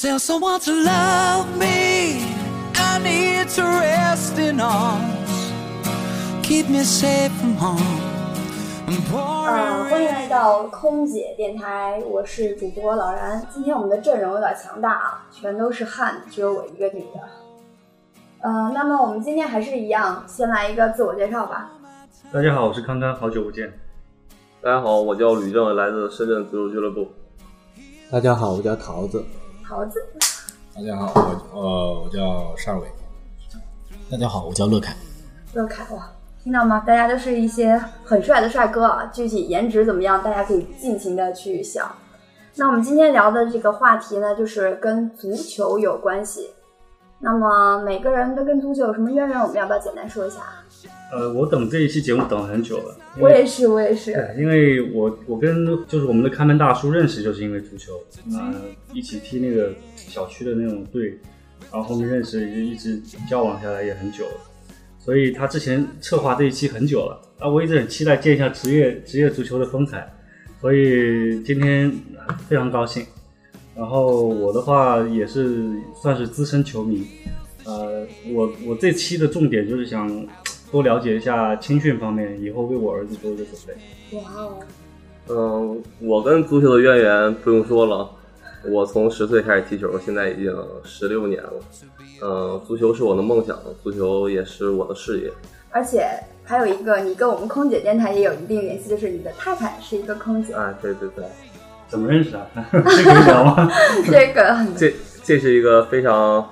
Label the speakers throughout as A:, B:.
A: Tell someone to love me. I need to rest in arms. Keep me safe from harm. And pour
B: 嗯，欢迎
A: rain.
B: 来到空姐电台，我是主播老然。今天我们的阵容有点强大啊，全都是汉子，只有我一个女的。呃，那么我们今天还是一样，先来一个自我介绍吧。
C: 大家好，我是康康，好久不见。
D: 大家好，我叫吕正，来自深圳足球俱乐部。
E: 大家好，我叫桃子。
B: 桃子，
F: 大家好，我呃我叫单伟。大家好，我叫乐凯。
B: 乐凯哇，听到吗？大家都是一些很帅的帅哥啊，具体颜值怎么样，大家可以尽情的去想。那我们今天聊的这个话题呢，就是跟足球有关系。那么每个人都跟足球有什么渊源？我们要不要简单说一下？
C: 呃，我等这一期节目等了很久了，因
B: 我
C: 为
B: 也是，我也是。
C: 对因为我我跟就是我们的看门大叔认识，就是因为足球，呃，一起踢那个小区的那种队，然后后面认识，一直交往下来也很久了，所以他之前策划这一期很久了，啊，我一直很期待见一下职业职业足球的风采，所以今天呃非常高兴。然后我的话也是算是资深球迷，呃，我我这期的重点就是想多了解一下青训方面，以后为我儿子做一个准备。
B: 哇哦，
D: 嗯，我跟足球的渊源不用说了，我从十岁开始踢球，现在已经十六年了。嗯，足球是我的梦想，足球也是我的事业。
B: 而且还有一个，你跟我们空姐电台也有一定联系，就是你的太太是一个空姐，
D: 哎，对对对，
C: 怎么认识啊？ 这个你聊吗？
B: 这个很
D: 这这是一个非常，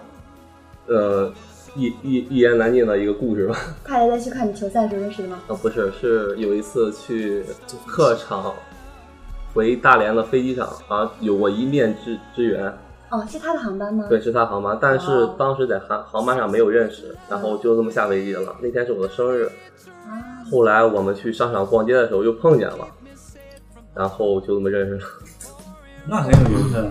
D: 呃，一一一言难尽的一个故事吧。
B: 太太在去看你球赛时候认识的吗？
D: 啊，不是，是有一次去客场回大连的飞机场啊，有过一面之之缘。
B: 哦，是她的航班吗？
D: 对，，是他航班，但是
B: 哦
D: 当时在航航班上没有认识，然后就这么下飞机了。那天是我的生日，
B: 啊，
D: 后来我们去商场逛街的时候又碰见了，然后就这么认识了。
C: 那很有缘分。啊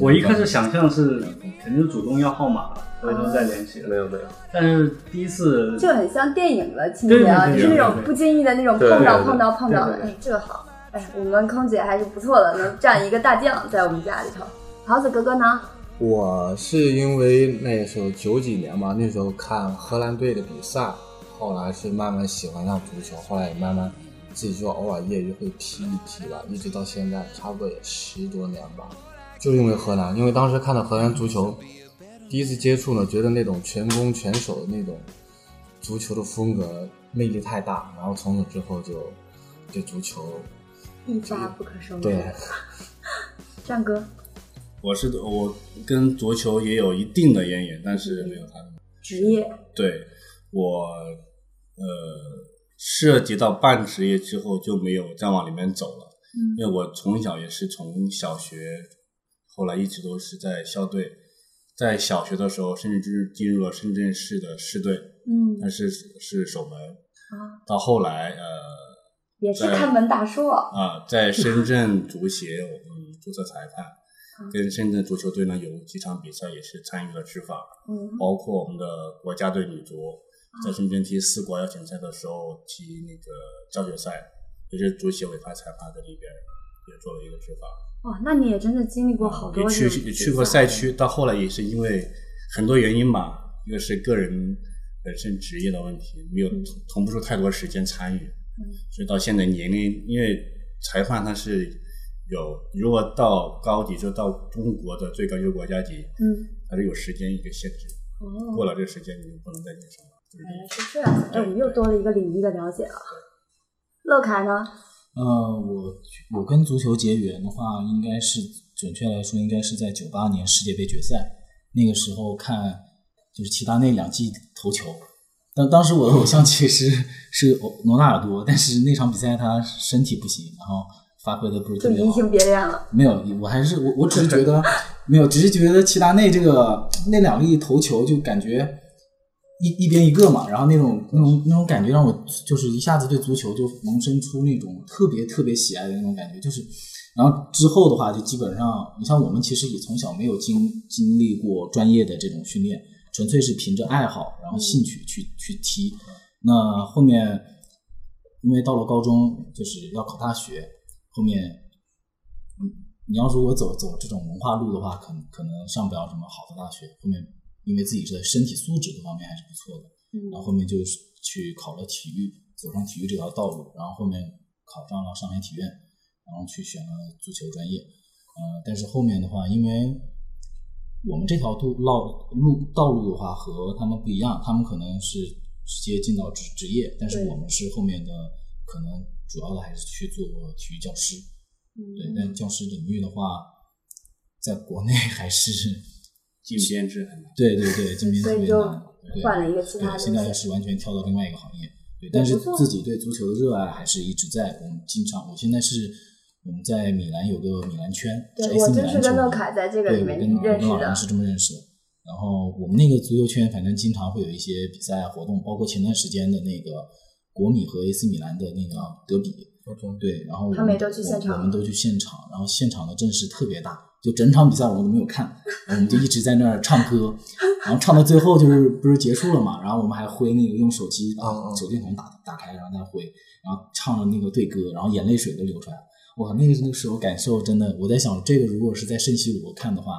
C: 我一开始想象是肯定主动要号码，回头再联系的。
D: 没有没有，
C: 但是第一次
B: 就很像电影的情节啊，
C: 对对对
B: 就是那种
C: 对对对
B: 不经意的那种
D: 对对
B: 碰到
D: 对
B: 碰到碰到的，
C: 对对
B: 哎，这个好，哎，我们空姐还是不错的，能站一个大将在我们家里头。桃子哥哥呢？
E: 我是因为那时候九几年嘛，那时候看荷兰队的比赛，后来是慢慢喜欢上足球，后来也慢慢自己就偶尔业余会踢一踢了，一直到现在差不多也十多年吧。就因为荷兰，因为当时看到荷兰足球，第一次接触呢，觉得那种全攻全守的那种足球的风格魅力太大，然后从此之后就对足球
B: 一发不可收拾。
E: 对。
B: 战哥，
F: 我是我跟足球也有一定的渊源，但是没有他那么。
B: 职业
F: 对我呃涉及到半职业之后就没有再往里面走了，
B: 嗯
F: 因为我从小也是从小学，后来一直都是在校队，在小学的时候甚至就是进入了深圳市的市队，
B: 嗯
F: 但是是守门。
B: 啊，
F: 到后来呃
B: 也是
F: 在
B: 看门大叔啊，
F: 啊，在深圳足协，我们注册裁判，
B: 啊
F: 跟深圳足球队呢有几场比赛也是参与了执法，
B: 嗯啊
F: 包括我们的国家队女足在深圳踢四国邀请赛的时候踢那个教学赛，也是足协委派裁判在里边也做了一个执法。
B: 哇，那你也真的经历过好多
F: 也
B: 这种
F: 去也
B: 比
F: 去过
B: 赛啊
F: 赛区，到后来也是因为很多原因吧，一个是个人本身职业的问题，没有
B: 嗯
F: 腾腾不出太多时间参与，所以到现在年龄，因为裁判他是有，如果到高级就到中国的最高级国家级，
B: 嗯，
F: 它是有时间一个限制，
B: 哦，
F: 过了这个时间你就不能再晋升了。就是
B: 原来是这样，哎，
F: 对
B: 我们又多了一个领域的了解啊。乐凯呢？
G: 呃，我我跟足球结缘的话，应该是准确来说，应该是在九八年世界杯决赛那个时候看，就是齐达内两记头球。但当时我的偶像其实是欧罗纳尔多，但是那场比赛他身体不行，然后发挥的不是
B: 就
G: 特别
B: 移
G: 好。
B: 情别恋了。
G: 没有，我还是我，我只是觉得没有，只是觉得齐达内这个那两粒头球就感觉一一边一个嘛，然后那种那种那种感觉让我就是一下子对足球就萌生出那种特别特别喜爱的那种感觉，就是然后之后的话就基本上，你像我们其实也从小没有经经历过专业的这种训练，纯粹是凭着爱好然后兴趣去去踢，那后面因为到了高中就是要考大学，后面嗯你要如果走走这种文化路的话，可能可能上不了什么好的大学，后面因为自己的身体素质各方面还是不错的，
B: 嗯
G: 然后后面就是去考了体育，走上体育这条道路，然后后面考上了上海体院，然后去选了足球专业，呃，但是后面的话，因为我们这条路道路道路的话和他们不一样，他们可能是直接进到职职业，但是
B: 对
G: 我们是后面的可能主要的还是去做体育教师，对，
B: 嗯，
G: 但教师领域的话，在国内还是
F: 进编制很难。
G: 对对对，竞争
B: 所
G: 特
B: 以
G: 别
B: 就
G: 难，对
B: 换了一个其他
G: 对，
B: 的
G: 现在
B: 东西。
G: 是完全跳到另外一个行业，对，但是
B: 不错
G: 自己对足球的热爱还是一直在。我们经常，我现在是我们在米兰有个米兰圈，
B: 对
G: 是
B: 我
G: AC 米
B: 真
G: 兰
B: 是跟
G: 球
B: 乐
G: 迷
B: 凯在这个
G: 对，
B: 里
G: 我
B: 面
G: 跟我
B: 认
G: 跟
B: 识
G: 老
B: 的
G: 杨，是这么认识的。然后我们那个足球圈，反正经常会有一些比赛活动，包括前段时间的那个国米和 AC 米兰的那个德比，对，然后我
B: 他们也都去现场
G: 我，我
B: 了
G: 们都去现场，然后现场的阵势特别大，就整场比赛我们都没有看，我们就一直在那儿唱歌，然后唱到最后就是不是结束了嘛，然后我们还挥那个用手机把
E: 嗯嗯
G: 手电筒打打开，然后再挥，然后唱了那个对歌，然后眼泪水都流出来了。哇，那个那个时候感受真的，我在想，这个如果是在圣西罗看的话，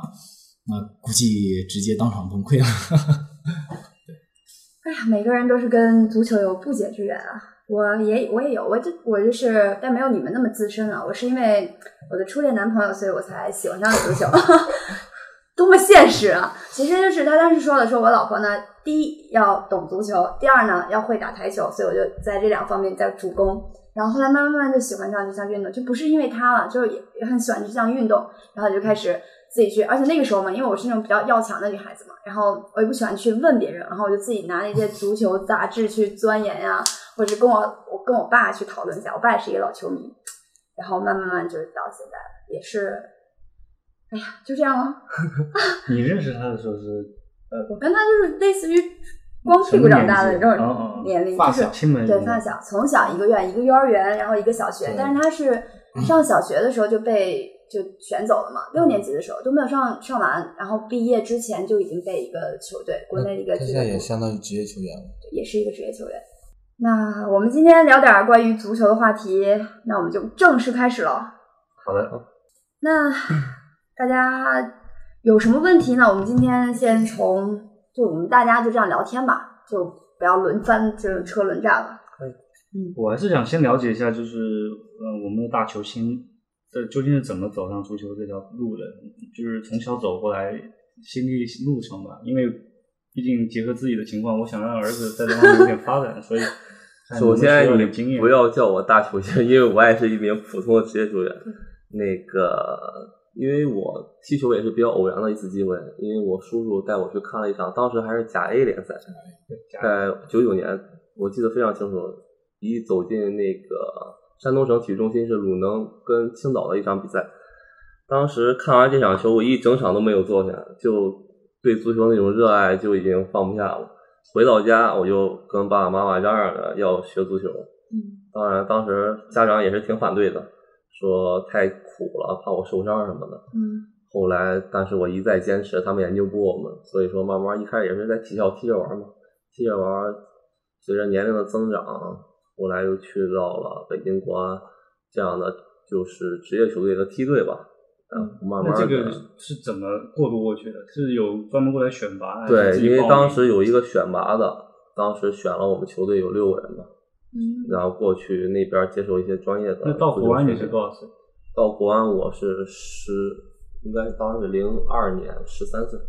G: 那估计直接当场崩溃了。
B: 哎呀，每个人都是跟足球有不解之缘啊。我也我也有，我这我就是，但没有你们那么资深了。我是因为我的初恋男朋友，所以我才喜欢上了足球。 多么现实啊！其实就是他当时说了，说我老婆呢，第一要懂足球，第二呢要会打台球，所以我就在这两方面在主攻。然后后来慢慢慢慢就喜欢上这项运动，就不是因为他了，就是也也很喜欢这项运动，然后就
C: 嗯
B: 开始自己去，而且那个时候嘛，因为我是那种比较要强的女孩子嘛，然后我也不喜欢去问别人，然后我就自己拿那 些足球杂志去钻研呀、或者是跟我我跟我爸去讨论一下，我爸也是一个老球迷，然后慢慢慢就到现在了，也是，哎呀，就这样了。
C: 你认识他的时候是
B: 我跟他就是类似于光屁股长大的这种年龄，
C: 嗯哦发
B: 就是
C: 小亲们
B: 对发小，从小一个院，一个幼儿园，然后一个小学
E: 嗯对，嗯
B: 但是他是上小学的时候就被就选走了嘛，六
E: 嗯
B: 年级的时候都没有上上完，然后毕业之前就已经被一个球队，国内的一个
E: 嗯他
B: 俱
E: 现
B: 乐
E: 在
B: 部
E: 也相当于职业球员了。
B: 也是一个职业球员。那我们今天聊点儿关于足球的话题，那我们就正式开始了。
C: 好的，
B: 那大家有什么问题呢？我们今天先从就我们大家就这样聊天吧，就不要轮番就是车轮战了。
C: 我还是想先了解一下，就是呃，我们的大球星这究竟是怎么走上足球这条路的？嗯就是从小走过来心历路程吧，因为毕竟结合自己的情况，我想让儿子在这方面有点发展，所 以看
D: 首
C: 能不能需
D: 先
C: 要
D: 你
C: 点经验
D: 不要叫我大球星，因为我也是一名普通的职业球员。那个，因为我踢球也是比较偶然的一次机会，因为我叔叔带我去看了一场，当时还是甲 A 联赛，在九九年，我记得非常清楚，一走进那个山东省体育中心是鲁能跟青岛的一场比赛。当时看完这场球，我一整场都没有坐下，就对足球那种热爱就已经放不下了。回到家，我就跟爸爸妈妈嚷嚷着要学足球。
B: 嗯，
D: 当然，当时家长也是挺反对的，说太苦了，怕我受伤什么的。
B: 嗯，
D: 后来，但是我一再坚持，他们也拗不过我们，所以说慢慢一开始也是在体校踢着玩嘛，踢着玩，随着年龄的增长，后来又去到了北京国安这样的就是职业球队的梯队吧，然后慢慢
C: 那
D: 的、
C: 这个是怎么过渡过去的？是有专门过来选拔？还是自
D: 对，
C: 己
D: 因为
C: 报
D: 当
C: 名
D: 时有一个选拔的，当时选了我们球队有六个人嘛，
B: 嗯
D: 然后过去那边接受一些专业的。
C: 那到国安你是多少岁？
D: 到国安我是十，应该当时是零二年十三岁。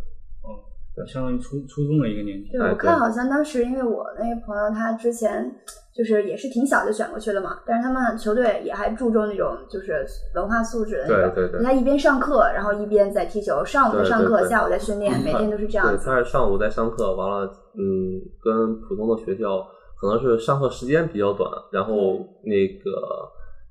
C: 相当于初初中的一个年纪
B: 对，，啊
D: 哎
B: 我看
D: 对
B: 好像当时因为我那个朋友他之前就是也是挺小就选过去了嘛，但是他们球队也还注重那种就是文化素质的那种，
D: 对对对
B: 他一边上课，然后一边在踢球，上午在
D: 对
B: 上
D: 对
B: 课，
D: 对
B: 下午在训练，每天都是这样
D: 对，
B: 子。
D: 他是上午在上课，完了，嗯，跟普通的学校可能是上课时间比较短，然后
B: 嗯
D: 那个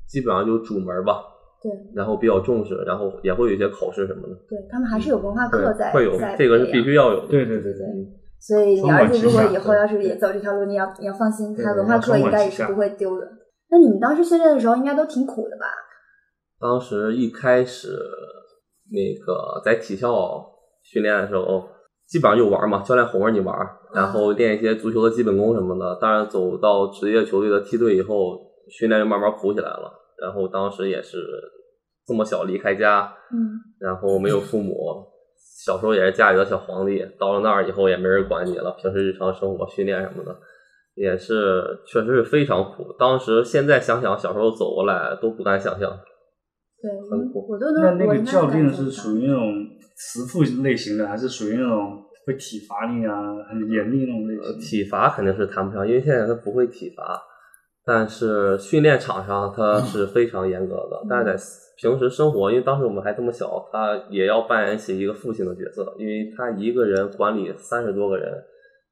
D: 基本上就主门吧，
B: 对
D: 然后比较重视，然后也会有一些考试什么的。
B: 对，他们还是有文化课在
D: 会有
B: 在
D: 这个是
B: 培养
D: 必须要有的。
C: 对对对对
D: 嗯
B: 所以你
C: 双
B: 儿
C: 管
B: 子
C: 齐
B: 如果
C: 下
B: 以后
C: 对
B: 要是也走这条路，你要你要放心，
C: 对
B: 他
C: 对
B: 文化
C: 要
B: 课
C: 双
B: 应
C: 管
B: 该也
C: 齐
B: 是
C: 下
B: 不会丢的。那你们当时训练的时候，应该都挺苦的吧？
D: 当时一开始那个在体校训练的时候，基本上就玩嘛，教练哄着你玩，然后练一些足球的基本功什么的。当然，走到职业球队的梯队以后，训练就慢慢苦起来了。然后当时也是这么小离开家，
B: 嗯，
D: 然后没有父母，小时候也是家里的小皇帝，到了那儿以后也没人管你了，平时日常生活、训练什么的，也是确实是非常苦。当时现在想想，小时候走过来都不敢想象。
B: 对，
D: 很苦
B: 我都
C: 那
B: 能
C: 那个教练是
B: 于
C: 属于那种慈父类型的，还是属于那种会体罚你啊、很严厉那种类
D: 呃
C: 型？
D: 体罚肯定是谈不上，因为现在他不会体罚，但是训练场上他是非常严格的。但是在平时生活，因为当时我们还这么小，他也要扮演起一个父亲的角色，因为他一个人管理三十多个人，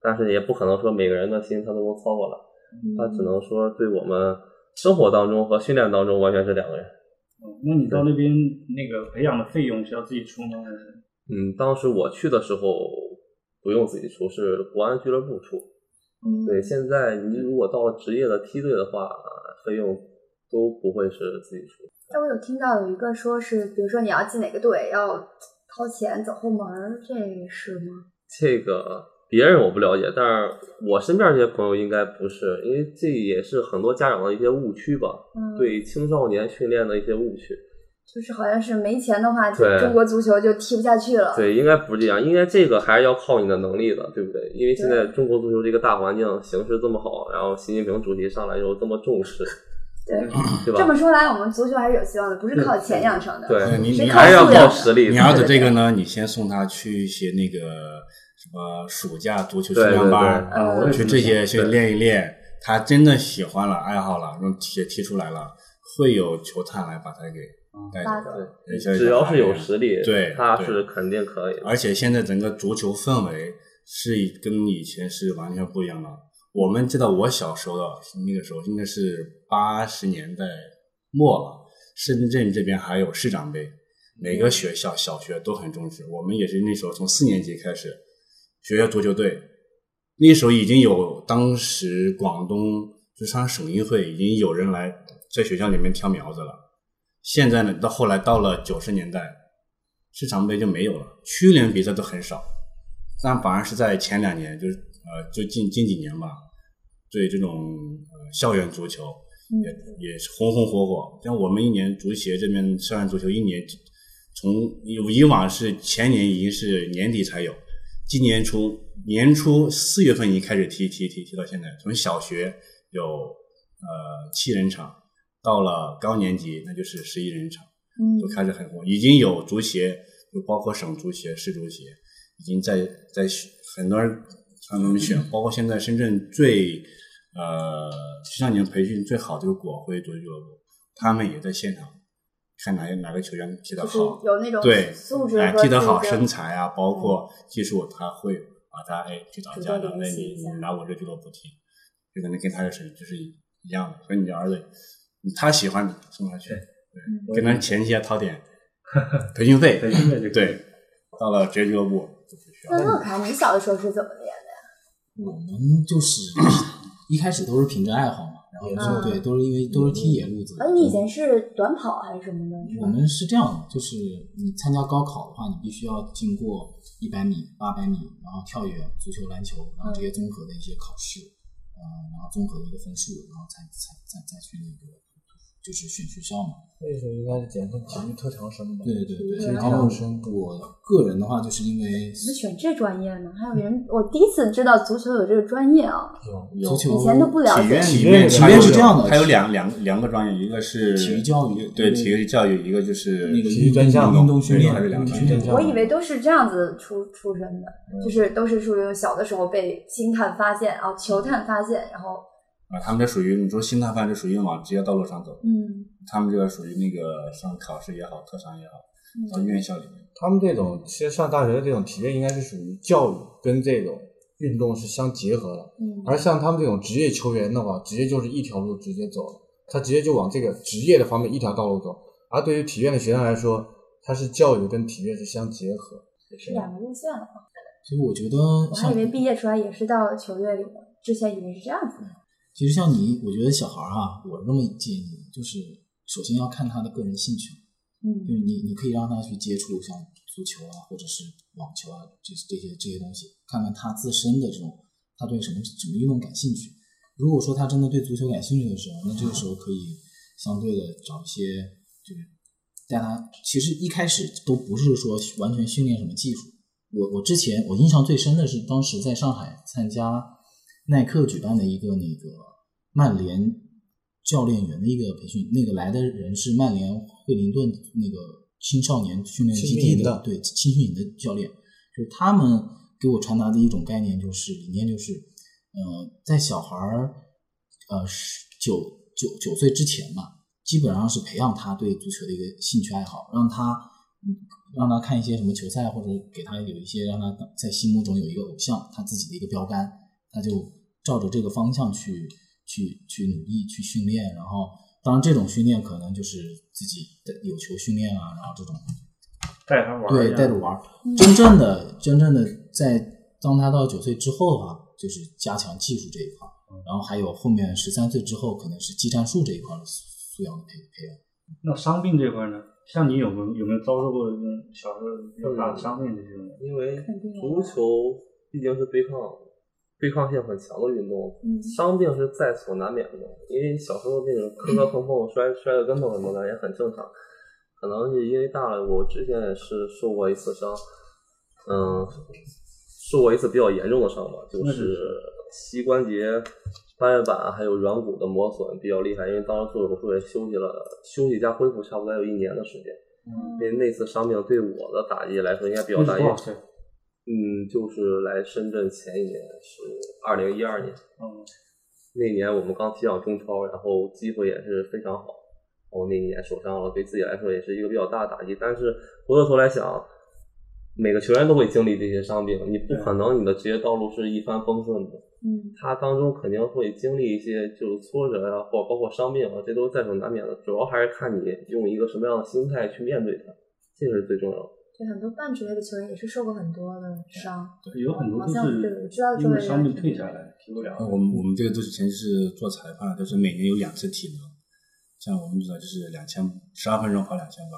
D: 但是也不可能说每个人的心他都能操过来，
B: 嗯
D: 他只能说对我们生活当中和训练当中完全是两个人。
C: 嗯那你到那边那个培养的费用是要自己出吗？
D: 嗯，当时我去的时候不用自己出，是国安俱乐部出。
B: 嗯
D: 对，现在你如果到了职业的梯队的话，呃费用都不会是自己出。
B: 但我有听到有一个说是，比如说你要进哪个队，要掏钱走后门儿，这是吗？
D: 这个别人我不了解，但是我身边这些朋友应该不是，因为这也是很多家长的一些误区吧，
B: 嗯，，
D: 对青少年训练的一些误区。
B: 就是好像是没钱的话，
D: 对
B: 中国足球就踢不下去了。
D: 对，应该不是这样，应该这个还是要靠你的能力的，对不对？因为现在中国足球这个大环境形势这么好，然后习近平主席上来以后这么重视，
B: 对，
D: 对
B: 这么
D: 吧？
B: 说来，我们足球还是有希望的，不是靠钱养成的。
D: 嗯对，
F: 你
B: 谁
F: 你
B: 靠
D: 还是要
B: 素养
D: 靠
B: 的
D: 实力的。
F: 你要的这个呢，你先送他去一些那个什么暑假足球训练班
D: 对对哎
F: 儿，
C: 啊，我也
F: 去
C: 觉得
F: 这些去
D: 对
F: 练一练，他真的喜欢了、爱好了，让踢踢出来了，会有球探来把他给带
B: 拉
F: 走
B: 走
F: 的。对
D: 嗯只要是有实力，
F: 对
D: 他
F: 对
D: 是肯定可以的。
F: 而且现在整个足球氛围是跟以前是完全不一样的。我们知道，我小时候的那个时候应该是八十年代末了，深圳这边还有市长杯，每个学校小学都很重视。我们也是那时候从四年级开始，学校足球队，那时候已经有当时广东就上省运会已经有人来在学校里面挑苗子了。现在呢，到后来到了九十年代，市场杯就没有了，区联比赛都很少，但反而是在前两年，就是呃，就近近几年吧，对这种呃校园足球
B: 嗯
F: 也、也是红红火火。像我们一年足协这边校园足球一年，从有以往是前年已经是年底才有，今年初年初四月份已经开始踢踢踢踢到现在，从小学有呃七人场，到了高年级那就是十一人场。
B: 嗯
F: 都开始很红，已经有足协，就包括省足协、市足协，已经在在选很多人让
B: 嗯
F: 他们选，包括现在深圳最呃青少年培训最好的就是国徽足球俱乐部，他们也在现场看哪哪个球员踢得
B: 就是
F: 好，
B: 有那种
F: 对
B: 素质
F: 哎
B: 和
F: 踢得
B: 自
F: 好，
B: 己
F: 身材啊，
G: 嗯
F: 包括技术，他会把他哎去找家长，那你你来我这俱乐部踢，这可能跟他的水平就是一样的，所以你的儿子他喜欢送他去。
C: 我
G: 嗯
F: 给他前期要掏 点培训费
C: 培训费就可以
F: 对，到了职业俱乐部就不需要
B: 那。乐凯，你小的时候是怎么练的呀？
G: 我们就是一开始都是凭着爱好嘛，然后
B: 嗯
G: 就对，都是因为都是踢野路子。
B: 哎，你以前是短跑还是什么的？是
G: 我
B: 吧？
G: 们是这样的，就是你参加高考的话，你必须要经过一百米、八百米，然后跳远、足球、篮球，然后
B: 嗯
G: 这些综合的一些考试，呃，然后综合的一个分数，然后才才才再去那个就是选学校嘛。
E: 那时候应该是简称体育特长生吧？
G: 对对对，
B: 对
G: 然后我个人的话，就是因为
B: 怎么选这专业呢？还有人，我第一次知道足球有这个专业啊，
E: 有
G: 足球
B: 以前都不了解
F: 体院。里
G: 院
F: 面
G: 体
F: 它
G: 院
F: 有
G: 是这样的
F: 它有两两两个专业，一个是
G: 体育教育
F: 对
G: 嗯
F: 体育教育，一个就是
G: 那个
E: 体育专项
G: 运动训练
F: 还是两个
G: 体育专项
B: 我以为都是这样嗯子出出身的，就是都是属于小的时候被星探发现啊，球探发现，然后
F: 啊，他们这属于你说新大范，这属于往职业道路上走，
B: 嗯，
F: 他们这个属于那个上考试也好，特长也好，
B: 嗯
F: 到院校里面。
E: 他们这种其实上大学的这种体育应该是属于教育跟这种运动是相结合的，
B: 嗯
E: 而像他们这种职业球员的话，直接就是一条路直接走了，他直接就往这个职业的方面一条道路走。而对于体院的学生来说，他是教育跟体院是相结合。
B: 嗯是两个路线了。
G: 所以我觉得
B: 我还
G: 像
B: 以为毕业出来也是到球队里的，之前以为是这样子的。
G: 其实像你，我觉得小孩儿哈，我这么建议，就是首先要看他的个人兴趣，就
B: 嗯
G: 是你你可以让他去接触像足球啊，或者是网球啊，这这些这些东西，看看他自身的这种他对什么什么运动感兴趣。如果说他真的对足球感兴趣的时候，那这个时候可以相对的找一些就是但他其实一开始都不是说完全训练什么技术。我我之前我印象最深的是当时在上海参加耐克举办的一个那个曼联教练员的一个培训，那个来的人是曼联惠灵顿那个青少年训练基
E: 青训
G: 地
E: 营
G: 的
E: 的
G: 对青训营的教练，就是他们给我传达的一种概念就是理念就是，呃，在小孩儿呃十九九九岁之前吧，基本上是培养他对足球的一个兴趣爱好，让他嗯让他看一些什么球赛，或者给他有一些让他在心目中有一个偶像，他自己的一个标杆，他就照着这个方向去去去努力去训练，然后当然这种训练可能就是自己的有球训练啊，然后这种
C: 带他玩儿一
G: 对
C: 下
G: 带着玩儿。
B: 嗯
G: 真正的真正的在当他到九岁之后的话，就是加强技术这一块儿，然后还有后面十三岁之后可能是技战术这一块儿的素养的培培养。
C: 那伤病这块呢？像你有没有有没有遭受过这种小时候比较大的伤病这种？
D: 因为
B: 肯定啊
D: 足球毕竟是对抗对抗性很强的运动，
B: 嗯
D: 伤病是在所难免的。因为小时候那种磕磕碰碰、摔摔个跟头什么的也很正常。可能是因为大了，我之前也是受过一次伤，嗯，受过一次比较严重的伤吧，就
C: 那是
D: 是膝关节、半月板还有软骨的磨损比较厉害。因为当时做手术也休息了，休息加恢复差不多有一年的时间。
B: 嗯
D: 因为那次伤病对我的打击来说应该比较
C: 那
D: 大，
C: 是
D: 因
C: 多
D: 为
C: 少岁？
D: 嗯，就是来深圳前一年是二零一二年，
C: 嗯，
D: 那年我们刚踢上中超，然后机会也是非常好，然后那一年受伤了，对自己来说也是一个比较大的打击。但是回过头来想，每个球员都会经历这些伤病，你不可能你的职业道路是一帆风顺的，
B: 嗯
D: 他当中肯定会经历一些就是挫折呀、或包括伤病啊，这都在所难免的。主要还是看你用一个什么样的心态去面对它，这是最重要的。
H: 对，很多半职业的球员也是受过很多的伤。
C: 有很多
H: 好
C: 就
H: 像对我
C: 是
H: 知道
C: 因为
H: 周围
C: 伤病
H: 有
C: 退下来，踢不了。
F: 呃
E: 嗯
F: 我们我们这个都是前是做裁判，就是每年有两次体能，像我们知道就是两千十二分钟跑两千八，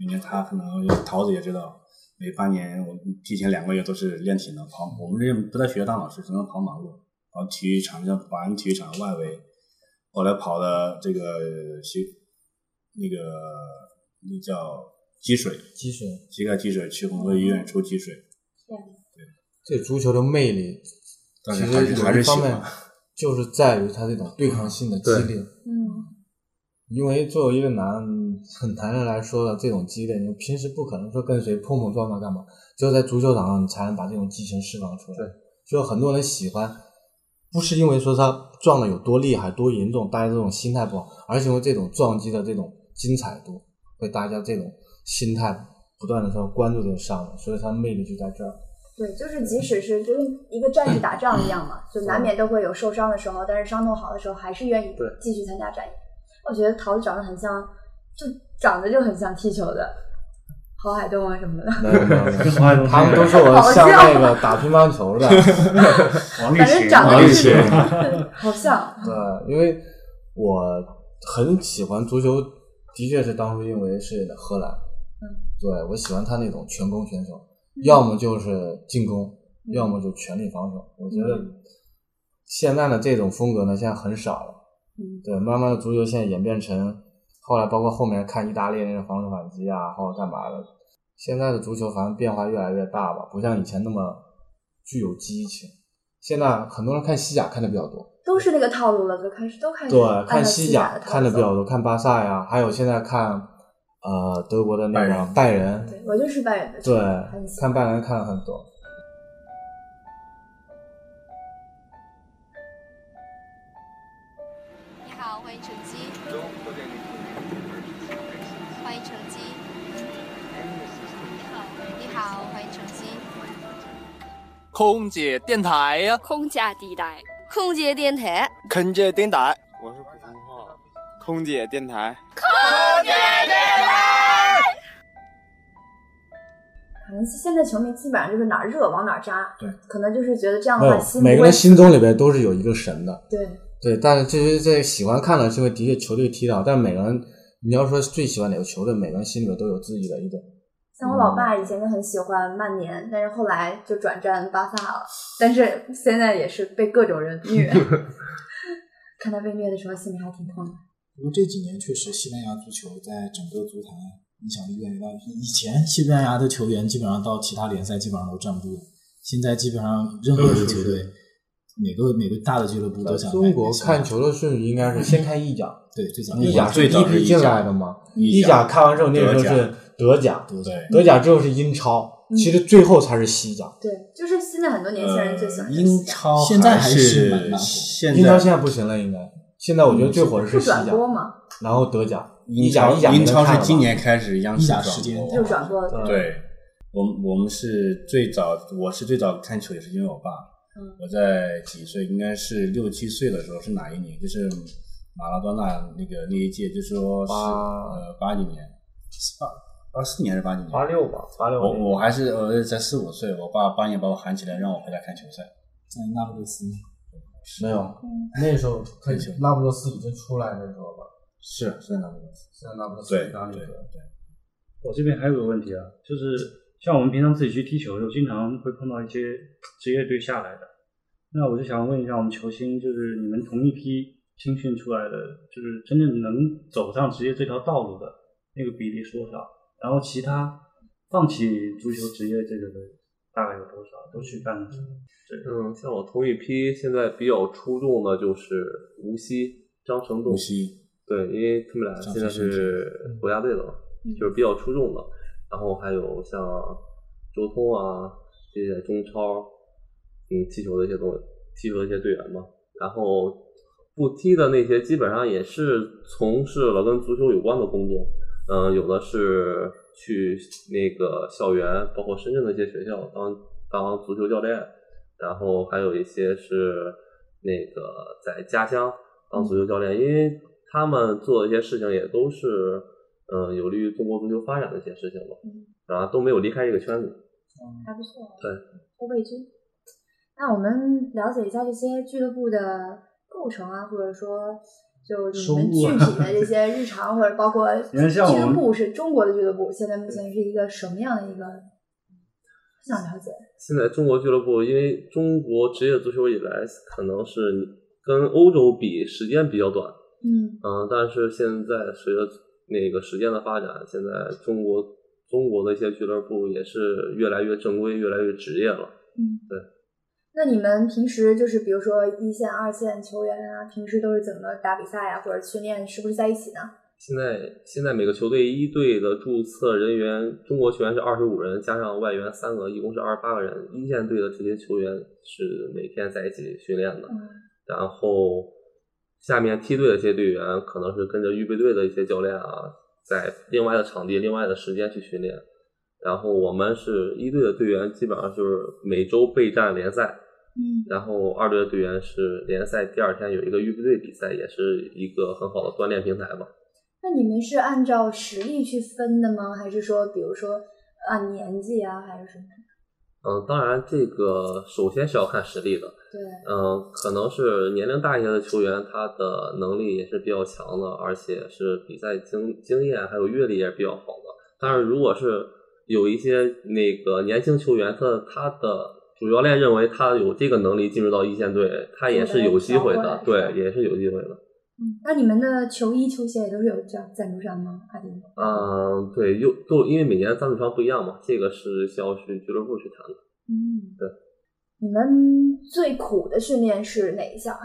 F: 每年他可能有桃子也知道，每半年我提前两个月都是练体能跑，我们这不在学校当老师，只能跑马路，跑体育场像保安体育场外围，后来跑的这个西那个那叫积水，
E: 积水，
F: 膝盖积水去红河医院抽积水，
E: 这足球的魅力，
F: 但
E: 其
F: 是
E: 实
F: 还是还
E: 有
F: 是
E: 一
F: 喜
E: 方
F: 欢
E: 面就是在于它这种对抗性的激烈。
H: 嗯，
E: 因为作为一个男很男人来说的这种激烈，你平时不可能说跟谁碰碰撞撞干嘛，只有在足球场上你才能把这种激情释放出来。
D: 对，
E: 就很多人喜欢，不是因为说他撞的有多厉害、多严重，大家这种心态不好，而是因为这种撞击的这种精彩度，会大家这种心态不断的说关注这个项目，所以它的魅力就在这儿。
B: 对，就是即使是就跟一个战役打仗一样嘛，就难免都会有受伤的时候，但是伤痛好的时候，还是愿意
D: 对
B: 继续参加战役。我觉得桃子长得很像，就长得就很像踢球的郝海东啊什么的，
E: 没有没有没有
C: 黄海东
E: 他们都说我像那个打乒乓球的。
C: 王励
B: 反正
C: 勤，
E: 啊
B: 长
C: 王
B: 得
C: 励
B: 就
C: 勤
B: 是 好 像。
E: 对，因为我很喜欢足球，的确是当初因为是荷兰，
B: 嗯，
E: 对我喜欢他那种全攻选手，要么就是进攻，要么就全力防守。我
B: 嗯
E: 觉得现在的这种风格呢，现在很少了。
B: 嗯
E: 对，慢慢的足球现在演变成，后来包括后面看意大利那个防守反击啊，或者干嘛的，现在的足球反正变化越来越大吧，不像以前那么具有激情。现在很多人看西甲看的比较多，
B: 都是那个套路了，就开始都开始按
E: 对，
B: 照
E: 看
B: 西
E: 西
B: 甲
E: 甲
B: 套路
E: 看的比
B: 走
E: 较多，看巴萨呀，还有现在看呃德国的那
F: 拜
E: 个
F: 仁
E: 拜仁，
B: 对我就是拜仁的球
E: 对
B: 迷，很喜欢
E: 看拜仁看了很多。
I: 你好，欢迎乘机。欢迎乘机。你好，你好，欢迎乘机。
A: 空姐电台呀、
I: 空姐电台，空姐电台，
A: 空姐电台，我是普通话，空姐电台。
B: 可能现在球迷基本上就是哪儿热往哪儿扎，
E: 对，
B: 可能就是觉得这样
E: 没
B: 的话
E: 有，
B: 心
E: 每
B: 不
E: 个
B: 会
E: 人心中里边都是有一个神的，
B: 对
E: 对。但是这些这喜欢看的是因为的确球队踢到，但每个人你要说最喜欢哪个球队，每个人心里边都有自己的一种。
B: 像我老爸以前就很喜欢曼联，但是后来就转战巴萨了，但是现在也是被各种人虐。看他被虐的时候，心里还挺痛的。
G: 不过这几年确实西班牙足球在整个足坛影响力越来越大。以前西班牙的球员基本上到其他联赛基本上都站不住，现在基本上任何一个球队，每个每个大的俱乐部都想
E: 呃中国
G: 买西班牙
E: 看球的顺序应该是先看意甲，
G: 对最早
E: 意甲
F: 嗯最
E: 第一
F: 早是
E: 批
F: 意
E: 进
F: 甲
E: 来的嘛。
F: 意
E: 意
F: 甲
E: 甲看完之后，那个时候
F: 德
E: 是德甲，
F: 对，
E: 德甲之后是英超，其实最后才是西甲。
B: 对，就是现在很多年轻人最喜欢
F: 呃
B: 这个
F: 英
B: 思想
F: 超
G: 现在还是
F: 是
G: 蛮蛮火
F: 现
E: 英超
F: 在嗯
E: 现在不行了，应该现在我觉得最火的是
B: 是
E: 西甲
B: 转，播嘛，
E: 然后德甲，意
F: 英
E: 甲
F: 超
E: 意甲没
F: 英
E: 得
F: 超
E: 看了
F: 是
E: 吧
F: 今年开始央视
G: 意甲
F: 转
G: 时间
F: 播
B: 又转播
E: 对
F: 对，我们我们是最早，我是最早看球也是因为我爸。
B: 嗯
F: 我在几岁，应该是六七岁的时候，是哪一年？就是马拉多纳那个那一届，就说是
E: 八
F: 呃八几年，八八四年还是八几年？
E: 八六吧，八六
F: 我我还是呃才四五岁，我爸半夜把我喊起来，让我回来看球赛。
G: 在那不勒斯，
E: 没有，那 时候可以
F: 那时候
E: 那不勒斯已经出来那时候吧，
F: 是是那个
E: 现在那不勒斯
F: 对
E: 刚那
F: 对
E: 个
C: 我这边还有个问题啊，就是像我们平常自己去踢球的时候，经常会碰到一些职业队下来的。那我就想问一下，我们球星就是你们同一批青训出来的，就是真正能走上职业这条道路的那个比例是多少？然后其他放弃足球职业这个的大概有多少？都去干了什么？
D: 嗯，像我同一批现在比较出众的就是无锡张成栋，
F: 无锡，
D: 对，因为他们俩现在是国家队的嘛，
B: 嗯
D: 就是比较出众的。然后还有像周通啊这些中超，嗯，踢球的一些东踢球的一些队员嘛。然后不踢的那些，基本上也是从事了跟足球有关的工作。嗯，有的是去那个校园，包括深圳的一些学校当当足球教练，然后还有一些是那个在家乡当足球教练，因为他们做的一些事情也都是嗯、呃有利于中国足球发展的一些事情吧，然后都没有离开这个圈子。
H: 还不错。嗯
D: 对，
H: 后备军。那我们了解一下这些俱乐部的构成啊，或者说就你们具
C: 收入啊
H: 体的这些日常，或者包 括
C: 你看像我
H: 俱乐
C: 们
H: 部是中国的俱乐部，现在目前是一个什么样的一个？想了解，
D: 现在中国俱乐部，因为中国职业足球以来可能是跟欧洲比时间比较短，
H: 嗯，
D: 嗯、但是现在随着那个时间的发展，现在中国中国的一些俱乐部也是越来越正规，越来越职业了。
H: 嗯那你们平时就是比如说一线、二线球员啊，平时都是怎么打比赛啊，或者训练是不是在一起呢？
D: 现在现在每个球队一队的注册人员，中国球员是二十五人，加上外援三个，一共是二十八个人。一线队的这些球员是每天在一起训练的，
C: 嗯
H: 嗯
D: 然后下面梯队的这些队员可能是跟着预备队的一些教练啊，在另外的场地、另外的时间去训练。然后我们是一队的队员，基本上就是每周备战联赛，
H: 嗯
D: 然后二队的队员是联赛第二天有一个预备队比赛，也是一个很好的锻炼平台吧。
H: 那你们是按照实力去分的吗？还是说，比如说按年纪啊，还是什么？
D: 嗯，当然，这个首先是要看实力的。
H: 对，
D: 嗯，可能是年龄大一些的球员，他的能力也是比较强的，而且是比赛经经验还有阅历也是比较好的。但是如果是有一些那个年轻球员，他他的主教练认为他有这个能力进入到一线队，他也是有机会
H: 调过来
D: 的，
H: 是吧
D: 对，也是有机会的。
H: 嗯，那你们的球衣、球鞋也都是有赞赞助商吗？还是
D: 嗯，对，又都因为每年赞助商不一样嘛，这个是需要去俱乐部去谈的。
H: 嗯，
D: 对。
H: 你们最苦的训练是哪一项啊？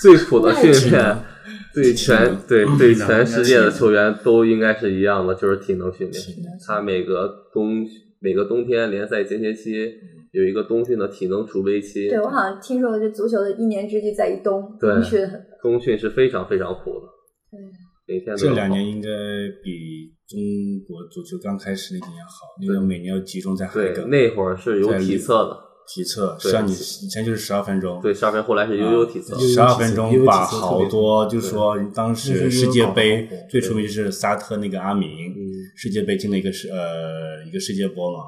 D: 最苦的训
F: 体
D: 练
F: 能，
D: 对全对
F: 嗯
D: 对全世界的球员都应该是一样的，就是体能训练
F: 体
H: 能训练。
D: 他每个冬每个冬天联赛间歇期有一个冬训的体能储备期，
H: 对我好像听说的，这足球的一年之计在于冬，
D: 对
H: 冬训很
D: 冬训是非常非常苦的。每天都
F: 这
D: 要
F: 两
D: 跑
F: 年应该比中国足球刚开始那几年好，因为每年要集中在海
D: 对
F: 埂
D: 那会儿是有
F: 在
D: 体
F: 里
D: 测的，
F: 体测，
D: 对
F: 像你以前就是十二分钟，
D: 对，上面后来是悠悠体测，
F: 十二分钟把好多，就
D: 别
F: 说当时
E: 对
F: 世界杯
E: 对
F: 最出名就是萨特那个阿明
D: 嗯，
F: 世界杯进了一个世呃一个世界波嘛，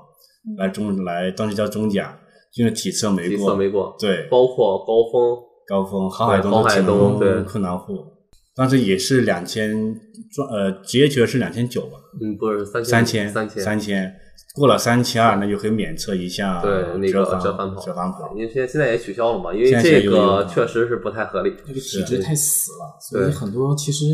D: 嗯
F: 来中来当时叫中甲，就是体测没
D: 体测
F: 过，
D: 没过，
F: 对
D: 包括高峰，
F: 高峰郝海东
D: 郝海东对
F: 对困难户，当时也是两千专呃职业球员是两千九吧，
D: 嗯，不是三
F: 三
D: 千
F: 千
D: 三
F: 三千，过了三千二那就可以免测一项
D: 对那个
F: 折
D: 返跑，
F: 折返跑
D: 因，为现在现在也取消了嘛，因为
F: 现在
D: 这
F: 有有
D: 个
F: 了
D: 确实是不太合理。
G: 这个体制太死了，所以
D: 对
G: 很多其实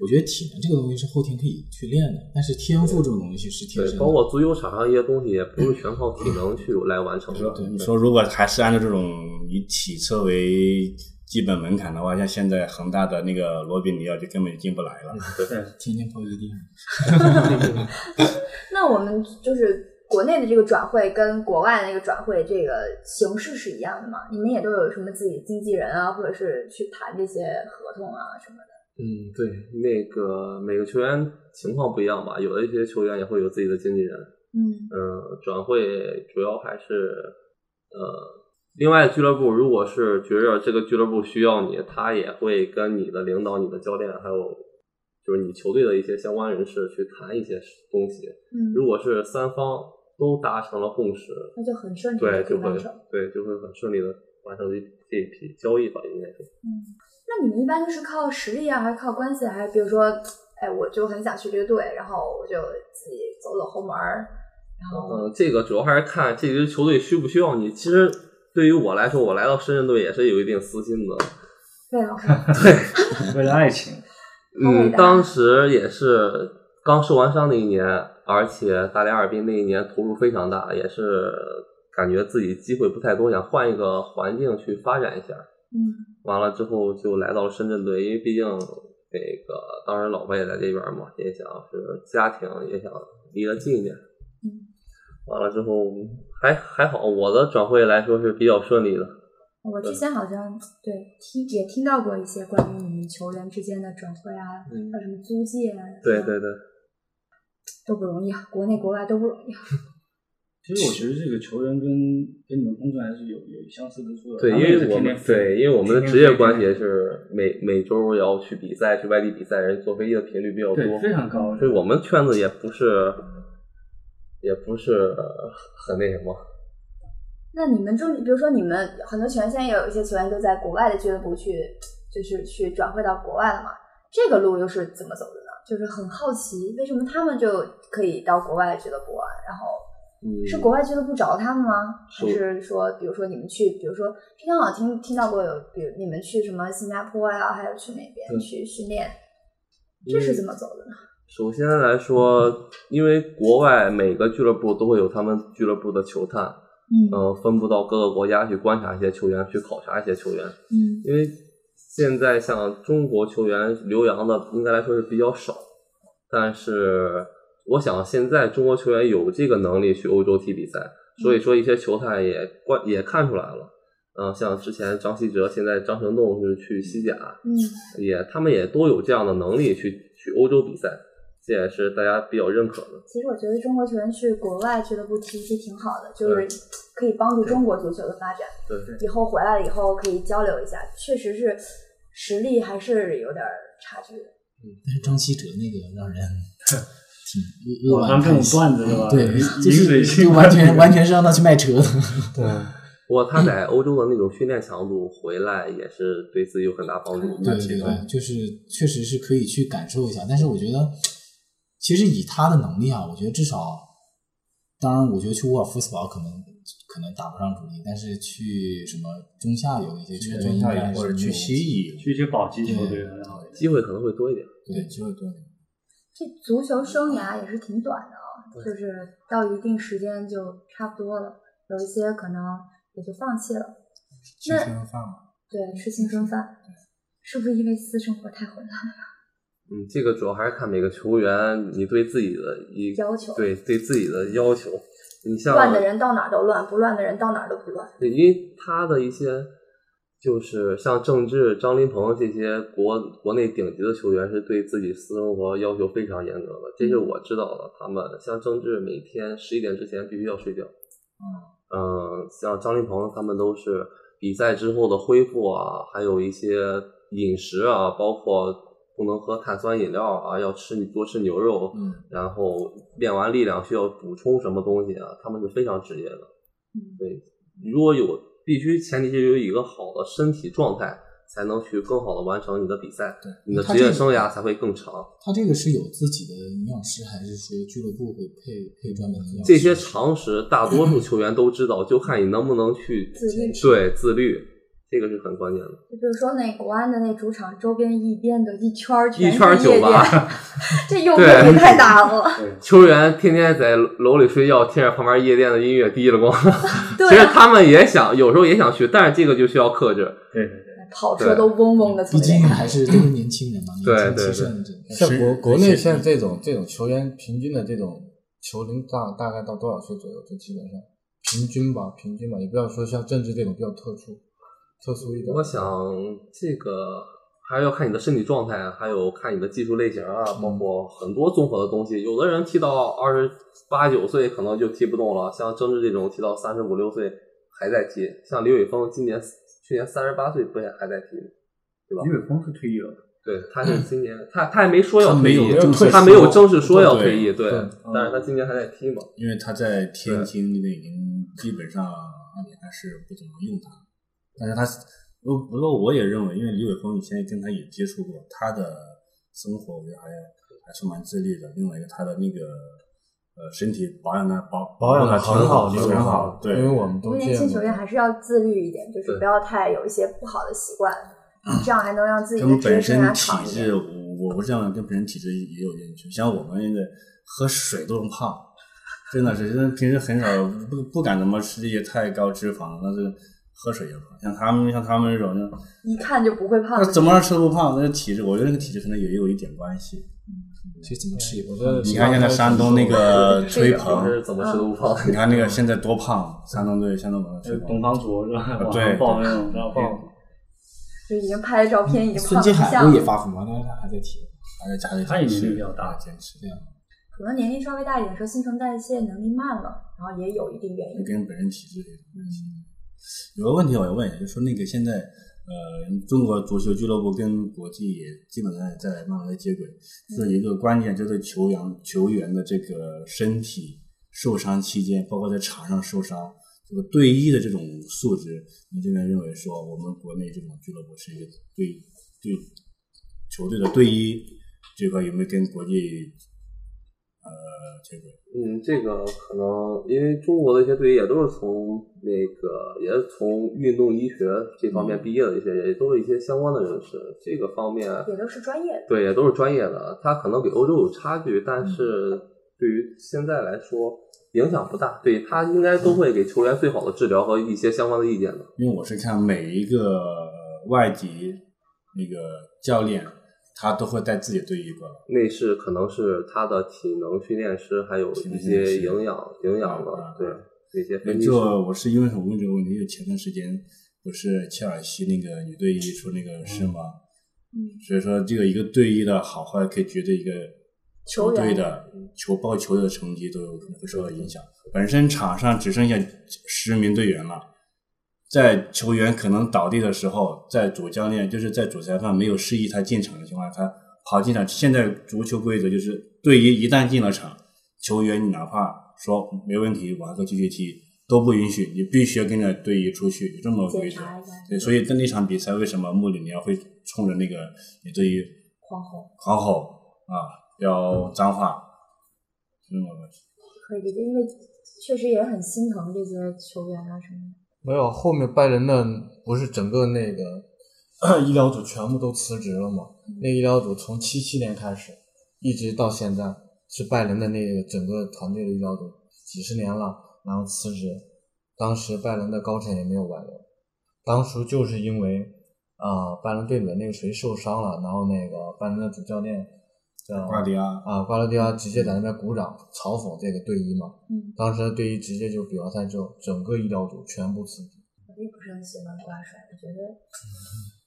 G: 我觉得体能这个东西是后天可以去练的，但是天赋这种东西是天
D: 对，
G: 生
D: 包
G: 的。
D: 括足球场上一些东西，也不是全靠体能去来完成的。
F: 嗯对，你说如果还是按照这种以体测为基本门槛的话，像现在恒大的那个罗比尼奥就根本就进不来了。
G: 天天跑一个地方，
B: 那我们就是国内的这个转会跟国外的那个转会这个形式是一样的吗？你们也都有什么自己的经纪人啊，或者是去谈这些合同啊什么的？
D: 嗯，对，那个每个球员情况不一样吧，有的一些球员也会有自己的经纪人。
B: 嗯
D: 嗯，转会主要还是呃，另外俱乐部如果是觉着这个俱乐部需要你，他也会跟你的领导、你的教练，还有就是你球队的一些相关人士去谈一些东西。
B: 嗯，
D: 如果是三方都达成了共识，
B: 那就很顺利
D: 对，
B: 的
D: 就会
B: 完成。
D: 对就会很顺利的完成这这一批交易吧，应该是。
B: 那你们一般就是靠实力啊，还是靠关系啊，还是比如说，哎，我就很想去这个队，然后我就自己走走后门儿，然后
D: 呃，这个主要还是看这支球队需不需要你。其实对于我来说，我来到深圳队也是有一定私心的。
B: 对了，看
C: 为了爱情，
B: 伟
D: 嗯，
B: 大
D: 当时也是刚受完伤那一年，而且大连哈尔滨那一年投入非常大，也是感觉自己机会不太多，想换一个环境去发展一下。
B: 嗯
D: 完了之后就来到了深圳队，因为毕竟那个当时老婆也在这边嘛，也想是家庭也想离得近一点。
B: 嗯，
D: 完了之后还还好，我的转会来说是比较顺利的。
H: 我
D: 嗯
H: 之前好像对听也听到过一些关于你们球员之间的转会啊，
D: 嗯
H: 还有什么租借啊，
D: 对对对，
B: 嗯
H: 都不容易，啊，国内国外都不容易啊。
C: 其实我觉得这个球员跟跟你们工作还是有有相似之处的。
D: 对，
C: 他
D: 因
C: 也
D: 为
C: 是
D: 我
C: 天
D: 们
C: 天飞
D: 对，因为我们的
C: 天天
D: 职业
C: 飞
D: 关系是每每周要去比赛，去外地比赛，人坐飞机的频率比较
C: 对
D: 多，
C: 非常高。
D: 所以我们圈子也不是，也不是很那什么。
B: 那你们就比如说你们很多球员现在也有一些球员都在国外的俱乐部去，就是去转会到国外了嘛，这个路又是怎么走的呢？就是很好奇，为什么他们就可以到国外俱乐部啊？然后
D: 嗯，
B: 是国外俱乐部找他们吗？
D: 是
B: 还是说，比如说你们去，比如说之前好像听听到过有，比如你们去什么新加坡呀、还有去哪边去训练，这是怎么走的呢？
D: 首先来说，因为国外每个俱乐部都会有他们俱乐部的球探，
B: 嗯
D: 呃，分布到各个国家去观察一些球员，去考察一些球员。
B: 嗯
D: 因为现在像中国球员留洋的，应该来说是比较少，但是我想现在中国球员有这个能力去欧洲踢比赛，所以说一些球探也观也看出来了。嗯、像之前张稀哲，现在张神栋是去西甲，
B: 嗯
D: 也他们也都有这样的能力去去欧洲比赛，这也是大家比较认可的。
B: 其实我觉得中国球员去国外俱乐部踢踢挺好的，就是可以帮助中国足球的发展。
D: 对，
B: 以后回来了以后可以交流一下，确实是实力还是有点差距的。
G: 但是张稀哲那个让人挺扼
C: 网
G: 腕
C: 上各
G: 叹
C: 种
G: 息。
C: 段子是吧？
G: 对，就
C: 饮水
G: 是
C: 性
G: 就完全完全是让他去卖车的。对，
D: 不过他在欧洲的那种训练强度回来也是对自己有很大帮助。
G: 对对对，就是确实是可以去感受一下，但是我觉得，其实以他的能力啊，我觉得至少，当然，我觉得去沃尔夫斯堡可能可能打不上主力，但是去什么中下游一些球队应该
F: 或者
G: 是
F: 去
G: 有
F: 西乙，
C: 去一些保级球
D: 嗯
C: 队很好。
D: 机会可能会多一点。
G: 对机会多一点。
B: 这足球生涯也是挺短的啊、就是到一定时间就差不多了，有一些可能也就放弃了。
E: 吃吃饭嘛，
B: 对，吃青春饭，是不是因为私生活太混乱？
D: 嗯，这个主要还是看每个球员你对自己的一
B: 要求
D: 对对自己的要求。你像
B: 乱的人到哪儿都乱，不乱的人到哪儿都不乱。
D: 对，因为他的一些就是像郑智、张琳芃这些国国内顶级的球员，是对自己私生活要求非常严格的，这是我知道的。他们像郑智，每天十一点之前必须要睡觉。嗯，像张琳芃他们都是比赛之后的恢复啊，还有一些饮食啊，包括不能喝碳酸饮料啊，要吃多吃牛肉，
G: 嗯，
D: 然后练完力量需要补充什么东西啊，他们是非常职业的。
B: 嗯
D: 对，如果有必须前提是有一个好的身体状态，才能去更好的完成你的比赛，
G: 对，
D: 你的
G: 他
D: 职
G: 这
D: 业
G: 个
D: 生涯才会更长。
G: 他这个是有自己的营养师，还是说俱乐部会配配专门的营养师？
D: 这些常识大多数球员都知道，就看你能不能去
B: 自律
D: 对自律。这个是很关键的。
B: 就比如说那国安的那主场周边一边的一圈儿全
D: 一圈儿
B: 是夜
D: 酒吧
B: 店，这诱惑
D: 对
B: 也太大了。
D: 球员天天在楼里睡觉，听着旁边夜店的音乐滴了光。
B: 对啊
D: 其实他们也想，有时候也想去，但是这个就需要克制。
C: 对对对，
B: 跑车都嗡嗡的从
G: 毕
B: 那边，
G: 竟还是都是年 轻人嘛，
D: 对
G: 年轻
D: 对
G: 气盛这
E: 像
F: 是
E: 国国
F: 是
E: 内像这种这种球员平均的这种球龄大大概到多少岁左右？就基本上平均吧，平均吧，也不要说像政治这种比较特殊，特殊一点。
D: 我想这个还要看你的身体状态，还有看你的技术类型啊，包括很多综合的东西。有的人踢到二十八九岁可能就踢不动了，像郑智这种踢到三十五六岁还在踢，像李玮峰今年去年三十八岁不也还在踢吗？
C: 李玮峰是退役了，
D: 对，他是今年他他还没说要
F: 他
D: 退
F: 没
D: 役，
F: 有
E: 正式
D: 他没有正式说要退役，
F: 对
D: 对，但是他今年还在踢嘛。
F: 因为他在天津那已经基本上阿里还是不怎么用他，但是他不不过我也认为，因为李玮峰以前也跟他也接触过，他的生活我觉得还还是蛮自律的。另外一个，他的那个呃身体保养的保
E: 保养
F: 的
E: 的很
F: 好，
E: 李
F: 很
E: 永浩
F: 好，对，
E: 因为我们
B: 因
E: 都
B: 为
E: 见
B: 年轻球员
E: 过。
B: 还是要自律一点，就是
D: 对
B: 不要太有一些不好的习惯，这样还能让自己的
F: 跟
B: 职业
F: 本
B: 生
F: 身
B: 涯
F: 体
B: 长一
F: 质，
B: 点。
F: 我我不这样，跟本身体质也有冤屈。像我们那个喝水都能胖，真的是，因为平时很少不不敢怎么吃这些太高脂肪，但是喝水也胖。像他们像他们这种，
B: 一看就不会胖
F: 那。怎么样吃都不胖，那体质，我觉得那个体质可能也有一点关系。
G: 所以怎么吃也不
E: 我觉得
F: 你看现在山东那个崔
D: 我是
F: 鹏，
D: 怎么吃都不胖，
F: 你看那个现在多胖，山东队山东鹏
C: 就
F: 崔
C: 是董
F: 鹏，
C: 方卓是吧？
F: 对
C: 网上爆那种，然后
E: 爆
B: 就已经拍的照片已经
G: 孙
B: 胖成
G: 继海不
B: 像
G: 是也
B: 了，
G: 发福吗？但是他还在踢。
F: 还是家里
C: 他也年龄比较大
F: 坚持，
B: 可能年龄稍微大一点的时候，新陈代谢能力慢了，然后也有一定原因。
F: 跟本身体质也有关系。有个问题我要问一下，就说那个现在呃，中国足球俱乐部跟国际也基本上也在慢慢的接轨，是一个关键，就是球员球员的这个身体受伤期间，包括在场上受伤，这个队医的这种素质，你这边认为说我们国内这种俱乐部是一个对对球队的队医这块有没有跟国际呃接轨？
D: 嗯，这个可能因为中国的一些队医也都是从那个也是从运动医学这方面毕业的一些，也都是一些相关的人士。这个方面，
B: 也都是专业的，
D: 对，也都是专业的，它可能给欧洲有差距，但是对于现在来说影响不大。对他应该都会给球员最好的治疗和一些相关的意见的。
F: 因为我是看每一个外籍那个教练，他都会带自己队医过来。
D: 那是可能是他的体能训练师，嗯还有一些营养营养的，对那些分析师
F: 就我是因为什么问这个问题？因为前段时间不是切尔西那个女队医出那个事吗？
B: 嗯，
F: 所以说这个一个队医的好坏，可以决定一个球队的球包括球队的成绩都有可能会受到影响。本身场上只剩下十名队员了，在球员可能倒地的时候，在主教练就是在主裁判没有示意他进场的情况下，他跑进场。现在足球规则就是，队医一旦进了场，球员你哪怕说没问题，我还可以继续踢，都不允许，你必须要跟着队医出去，有这么个规
B: 检
F: 则。
B: 查一下，
F: 对，所以在那场比赛，为什么穆里尼奥会冲着那个你对于
B: 狂吼
F: 狂吼啊，飙脏话，是吗？
B: 可以理解，因为确实也很心疼这些球员啊什么的。
E: 没有，后面拜仁的不是整个 那个医疗组全部都辞职了嘛？那医疗组从七七年开始，一直到现在是拜仁的那个整个团队的医疗组，几十年了，然后辞职。当时拜仁的高层也没有挽留，当初就是因为啊、拜仁队里的那个谁受伤了，然后那个拜仁的主教练叫
F: 瓜迪亚
E: 啊，瓜拉迪奥直接在那边鼓掌嘲讽这个队医嘛。
B: 嗯，
E: 当时队医直接就比完赛之后，整个医疗组全部辞职。
B: 我也不是很喜欢挂帅，我觉得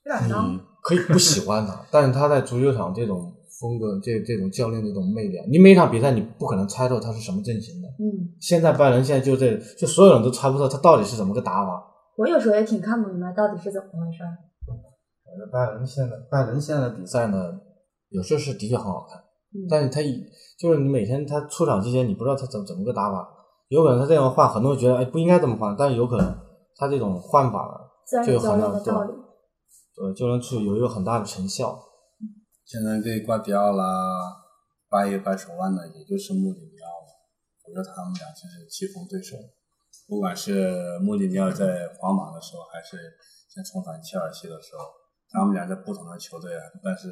B: 有点
F: 嗯
B: 脏。
E: 可以不喜欢他，但是他在足球场这种风格、这这种教练这种魅力，啊，你每一场比赛你不可能猜透他是什么阵型的。
B: 嗯，
E: 现在拜仁现在就这，就所有人都猜不透他到底是怎么个打法。
B: 我有时候也挺看不明白到底是怎么回事儿。
E: 我觉得拜仁现在拜仁现在的比赛呢，有时候是的确很好看，
B: 嗯，
E: 但是他一就是你每天他出场之前，你不知道他怎么怎么个打法，有可能他这样换，很多人觉得哎不应该这么换，但是有可能他这种换法呢，
B: 自然
E: 就
B: 有
E: 有
B: 教
E: 很
B: 练
E: 大
B: 的
E: 对
B: 道
E: 吧
B: 理。？
E: 呃，就能去有一个很大的成效。
F: 现在对瓜迪奥拉掰一掰手腕的，也就是穆里尼奥了。我觉得他们俩就是棋逢对手。不管是穆里尼奥在皇马的时候，还是先重返切尔西的时候，他们俩在不同的球队，但是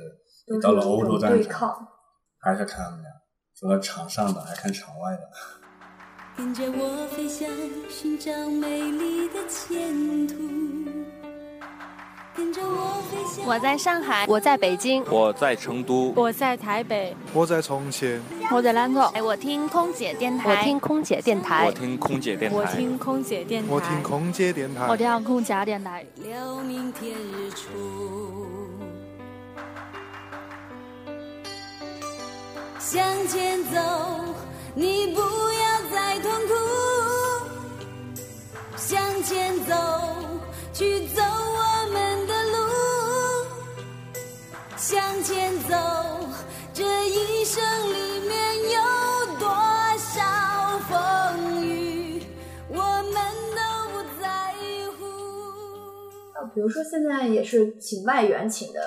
B: 都是
F: 到了欧洲战
B: 对
F: 场
B: 抗，
F: 还是看他们俩，除了场上的，还看场外的。
J: 跟着我飞翔，寻找美丽的前途。跟着我飞翔。
I: 我在上海，我在北京，
K: 我在成都，
J: 我在台北，
K: 我在重庆，
J: 我在兰州，
I: 哎，我听空姐电台，
J: 我听
I: 空姐电
K: 我，听空姐电
J: 我
K: 台，
J: 听空姐电台，
K: 我听空姐电台，
J: 我听空姐电台。聊明天日出，向前走，你不要再痛苦，向前走，去走我们的路。向前走，这一生里面有多少风雨，我们都不在乎。
B: 呃比如说现在也是请外援请的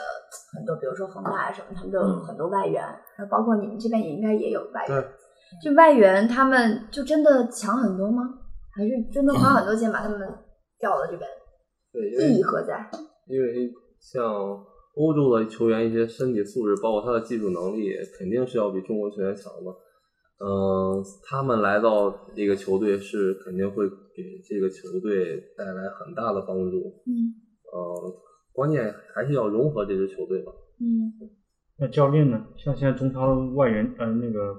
B: 很多，比如说恒大啊什么，他们都有很多外援，然后包括你们这边也应该也有外援
E: 对。
B: 这外援他们就真的强很多吗？还是真的花很多钱把他们调到这边？
D: 对，因
B: 意义
D: 为
B: 何在？
D: 因为像欧洲的球员一些身体素质，包括他的技术能力，肯定是要比中国球员强的。嗯、他们来到这个球队是肯定会给这个球队带来很大的帮助。
B: 嗯
D: 呃，关键还是要融合这支球队吧。
B: 嗯，
C: 那教练呢？像现在中超外援呃那个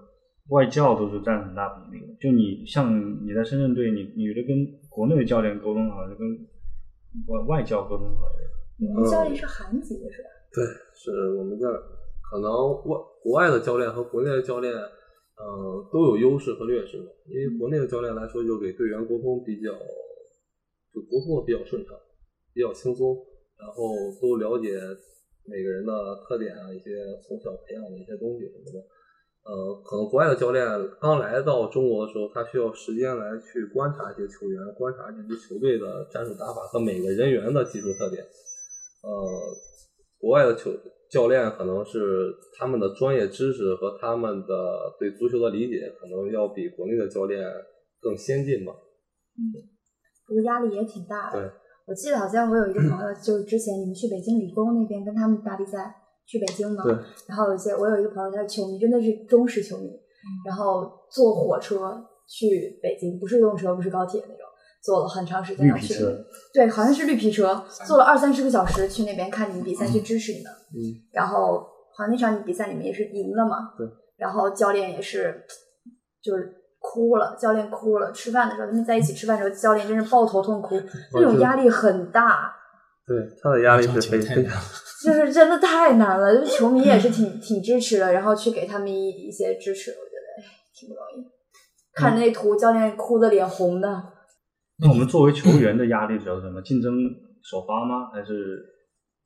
C: 外教都是占很大比例的。就你像你在深圳队，你你觉得跟国内的教练沟通好，就跟外外教沟通好了。
B: 你们教练是韩籍的是吧？
D: 对，是我们这儿可能外国外的教练和国内的教练，嗯、都有优势和劣势吧。因为国内的教练来说，就给队员沟通比较，就沟通的比较顺畅，比较轻松，然后都了解每个人的特点啊，一些从小培养的一些东西什么的。呃，可能国外的教练刚来到中国的时候，他需要时间来去观察这些球员，观察这支球队的战术打法和每个人员的技术特点。呃，国外的球教练可能是他们的专业知识和他们的对足球的理解，可能要比国内的教练更先进吧。
B: 不过压力也挺大的。
D: 对
B: 我记得好像我有一个朋友，就是之前你们去北京理工那边跟他们打比赛，去北京嘛。
D: 对。
B: 然后有些我有一个朋友，他是球迷，真的是忠实球迷，然后坐火车去北京，不是动车，不是高铁那种，坐了很长时间
C: 绿
B: 要
C: 皮
B: 去。
C: 车，嗯
B: 对，好像是绿皮车，坐了二三十个小时去那边看你们比赛，去支持你们。
D: 嗯。
B: 然后好像那场比赛你们也是赢了嘛。
D: 对。
B: 然后教练也是，就是哭了，教练哭了。吃饭的时候，他们在一起吃饭的时候，教练真是抱头痛哭，那种
D: 是
B: 压力很大，
D: 对，他的压力
F: 这
D: 是非
F: 球太
D: 非
F: 难
D: 常
F: 了，
B: 就是真的太难了。就是球迷也是挺挺支持的，然后去给他们一一些支持，我觉得哎挺不容易。看那图，教练哭的脸红的。
C: 那我们作为球员的压力主要是什么？竞争首发吗？还是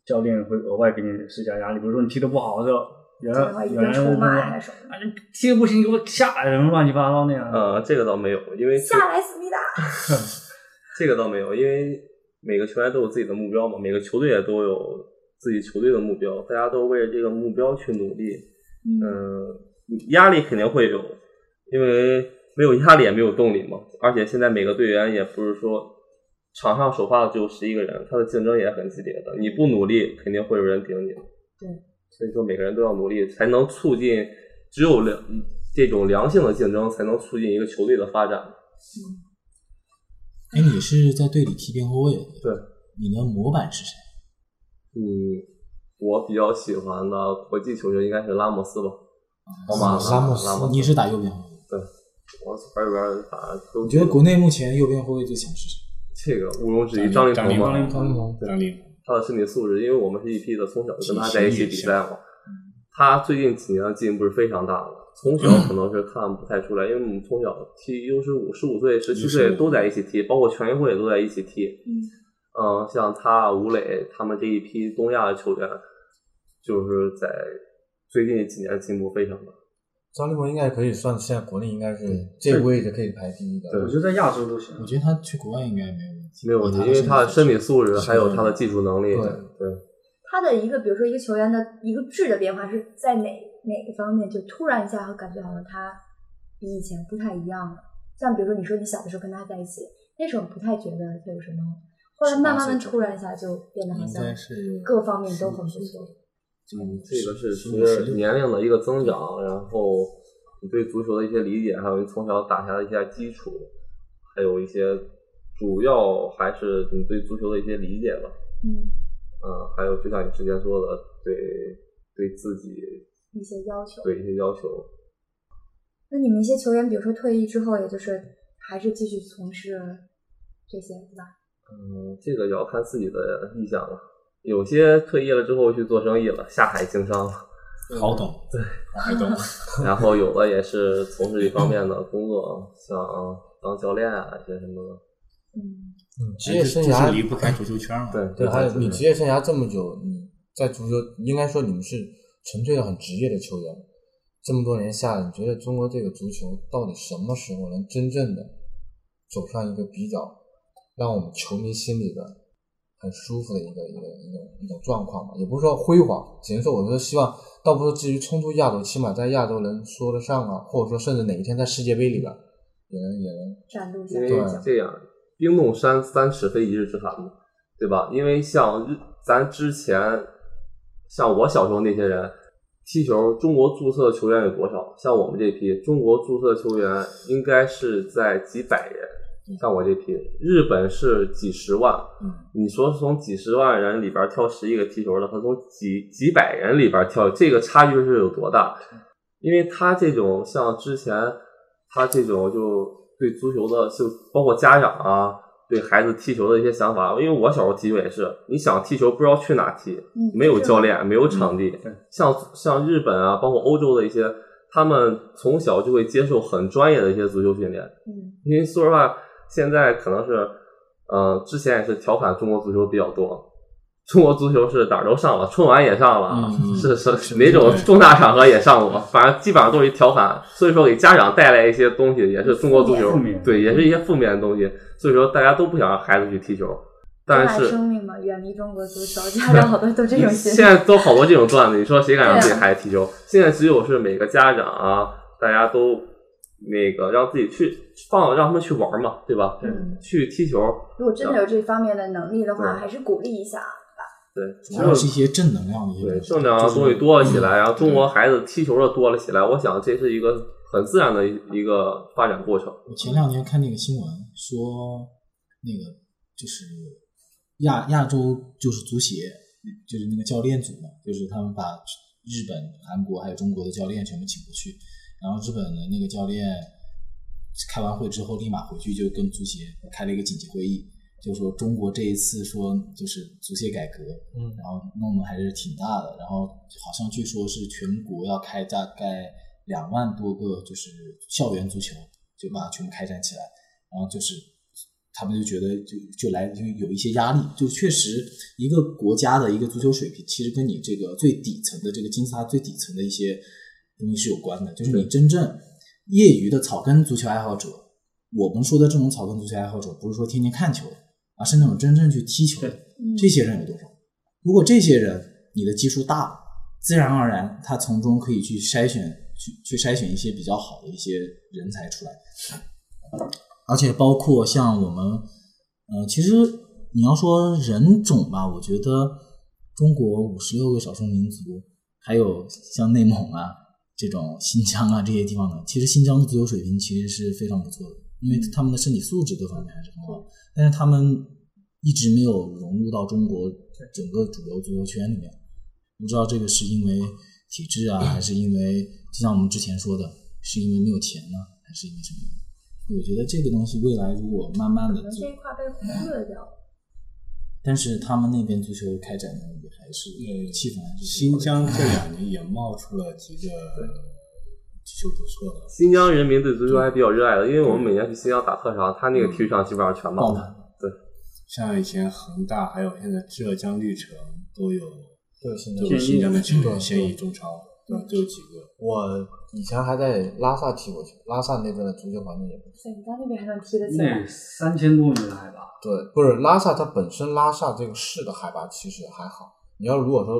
C: 教练会额外给你施加压力？比如说你踢得不好的时候，原
B: 教练
C: 来
B: 会一
C: 原来
B: 顿
C: 是
B: 臭骂
C: 那
B: 还
C: 种
B: 是什么的？
C: 啊，你踢得不行，你给我下来，什么乱七八糟那样。
E: 嗯
D: 呃，这个倒没有，因为
B: 下来，思密达。
D: 这个倒没有，因为每个球员都有自己的目标嘛，每个球队也都有自己球队的目标，大家都为了这个目标去努力。嗯，压力肯定会有，因为没有压力也没有动力嘛。而且现在每个队员也不是说场上首发的只有十一个人，他的竞争也很激烈的。你不努力，肯定会有人顶你。
B: 对，
D: 所以说每个人都要努力，才能促进只有良这种良性的竞争，才能促进一个球队的发展。
E: 哎，你是在队里踢边后卫的，
D: 对，
E: 你的模板是谁？
D: 嗯，我比较喜欢的国际球员应该是拉莫斯吧，皇马的
E: 啊拉莫
D: 拉
E: 斯
D: 莫，斯，
E: 你是打右边后卫。
D: 我左边右边反正都
E: 我觉得国内目前右边后卫最强是谁？
D: 这个毋庸置疑，张琳
F: 张
D: 芃嘛，
F: 琳
E: 张琳芃
F: 张琳芃，
D: 他的身体素质，因为我们是一批的，从小就跟他在一起比赛嘛。他最近几年的进步是非常大的，从小可能是看不太出来，因为我们从小踢 U 十五、十五岁、十七岁
F: 15
D: 都在一起踢，包括全运会都在一起踢。
B: 嗯
D: 嗯，像他、吴磊他们这一批东亚的球员，就是在最近几年进步非常大。
E: 张琳芃应该可以算现在国内应该是这个位置可以排第一的。
C: 我觉得在亚洲都行
E: 我。觉得他去国外应该没有问题，
D: 没有问题，因为他的身体素质还有他的技术能力，
E: 对
D: 对。
B: 他的一个，比如说一个球员的一个质的变化是在哪哪个方面？就突然一下，会感觉好像他比以前不太一样了。像比如说，你说你小的时候跟他在一起，那时候不太觉得他有什么，后来慢慢的突然一下就变得好
G: 应
B: 像嗯
G: 该是
B: 各方面都很不错。
G: 嗯，
D: 这个是
G: 十五十
D: 随着
G: 六
D: 年龄的一个增长，然后你对足球的一些理解，还有你从小打下的一些基础，还有一些主要还是你对足球的一些理解吧。
B: 嗯，
D: 嗯，还有就像你之前说的，对对自己
B: 一些要求。
D: 对一些要求，
B: 那你们一些球员，比如说退役之后，也就是还是继续从事这些，对吧？
D: 嗯，这个也要看自己的意向了。有些退役了之后去做生意了，下海经商了，
G: 好懂，对，还懂，
D: 然后有的也是从事一方面的工作，像当教练啊，一些什么的。
B: 嗯，
E: 职业生
G: 就是
E: 涯
G: 离不开足球圈嘛。
D: 对
E: 对，还有你职
D: 接
E: 业生涯这么久，你在足球应该说你们是纯粹的很职业的球员，这么多年下来，你觉得中国这个足球到底什么时候能真正的走上一个比较让我们球迷心里的很舒服的一个一个一种一种状况吧？也不是说辉煌，只能说我说希望，倒不是至于冲出亚洲，起码在亚洲能说得上啊，或者说甚至哪一天在世界杯里边也能也能
B: 展露一下
D: 因
B: 这
D: 为
B: 个
E: 对
B: 奖。
D: 这样，冰冻三三尺非一日之寒嘛，对吧？因为像日咱之前，像我小时候那些人踢球，中国注册球员有多少？像我们这批中国注册球员应该是在几百人。像我这批，日本是几十万，
E: 嗯
D: 你说从几十万人里边挑十一个踢球的，和从几几百人里边挑，这个差距是有多大？因为他这种像之前他这种就对足球的，就包括家长啊，对孩子踢球的一些想法。因为我小时候踢球也是，你想踢球不知道去哪踢，
B: 嗯
D: 没有
B: 是
D: 教练，没有场地。
C: 对
D: 像像日本啊，包括欧洲的一些，他们从小就会接受很专业的一些足球训练。
B: 嗯
D: 因为说实话，现在可能是，呃，之前也是调侃中国足球比较多。中国足球是哪儿都上了，春晚也上了，
G: 嗯
D: 是是哪种重大场合也上过，反正基本上都是一调侃。所以说给家长带来一些东西，也是中国足球
C: 负面
D: 对，也是一些负面的东西。所以说大家都不想让孩子去踢球，但
B: 热爱
D: 是
B: 生命嘛，远离中国足球，家长好多都这种心
D: 嗯
B: 啊
D: 现
B: 理。
D: 在都好多这种段子，你说谁敢让自己孩子踢球？现在只有是每个家长啊，大家都那个让自己去放，让他们去玩嘛，对吧？
B: 嗯，
D: 去踢球，
B: 如果真的有这方面的能力的话，
D: 对
B: 还是鼓励一下。啊
D: 对，
G: 主要是一些正能量的一些
D: 对
G: 东西，
D: 正能量的东西多了起来，然后中国孩子踢球的多了起来，我想这是一个很自然的一一个发展过程。
G: 我前两天看那个新闻说，那个就是亚亚洲就是足协，就是那个教练组嘛，就是他们把日本、韩国还有中国的教练全部请过去，然后日本的那个教练开完会之后立马回去就跟足协开了一个紧急会议，就说中国这一次说就是足协改革，
E: 嗯
G: 然后弄得还是挺大的，然后好像据说是全国要开大概两万多个，就是校园足球，就把它全部开展起来，然后就是他们就觉得就就来就有一些压力，就确实一个国家的一个足球水平，其实跟你这个最底层的这个金字塔最底层的一些东西是有关的，就是你真正业余的草根足球爱好者，我们说的这种草根足球爱好者，不是说天天看球的，而是那种真正去踢球的，
B: 嗯
G: 这些人有多少？如果这些人你的基数大了，自然而然他从中可以去筛选，去去筛选一些比较好的一些人才出来。而且包括像我们，呃，其实你要说人种吧，我觉得中国五十六个少数民族，还有像内蒙啊、这种新疆啊这些地方呢，其实新疆的足球水平其实是非常不错的，因为
F: 嗯
G: 他们的身体素质各方面还是很好，但是他们一直没有融入到中国整个主流足球圈里面。不知道这个是因为体制啊，还是因为就像我们之前说的，是因为没有钱呢，还是因为什么？我觉得这个东西未来如果慢慢的
B: 可能这一块被忽略掉了。
G: 但是他们那边足球开展的也还是气氛还是
F: 新疆这两年也冒出了几个
G: 足球不错的，
D: 新疆人民对足球还比较热爱的，因为我们每年去新疆打特长，他
E: 嗯
D: 那个体育场基本上全
G: 爆
D: 满了。
G: 满。
F: 像以前恒大，还有现在浙江绿城都有
E: 对，现在
F: 都有新疆的球
E: 对
F: 员，现役中超，对，都有几个。
E: 我以前还在拉萨踢过球，拉萨那边的足球环境也不错。
B: 对，你到那边还能踢得起来
D: 嗯
C: 那？三千多米的海拔，
E: 对，不是拉萨，它本身拉萨这个市的海拔其实还好。你要如果说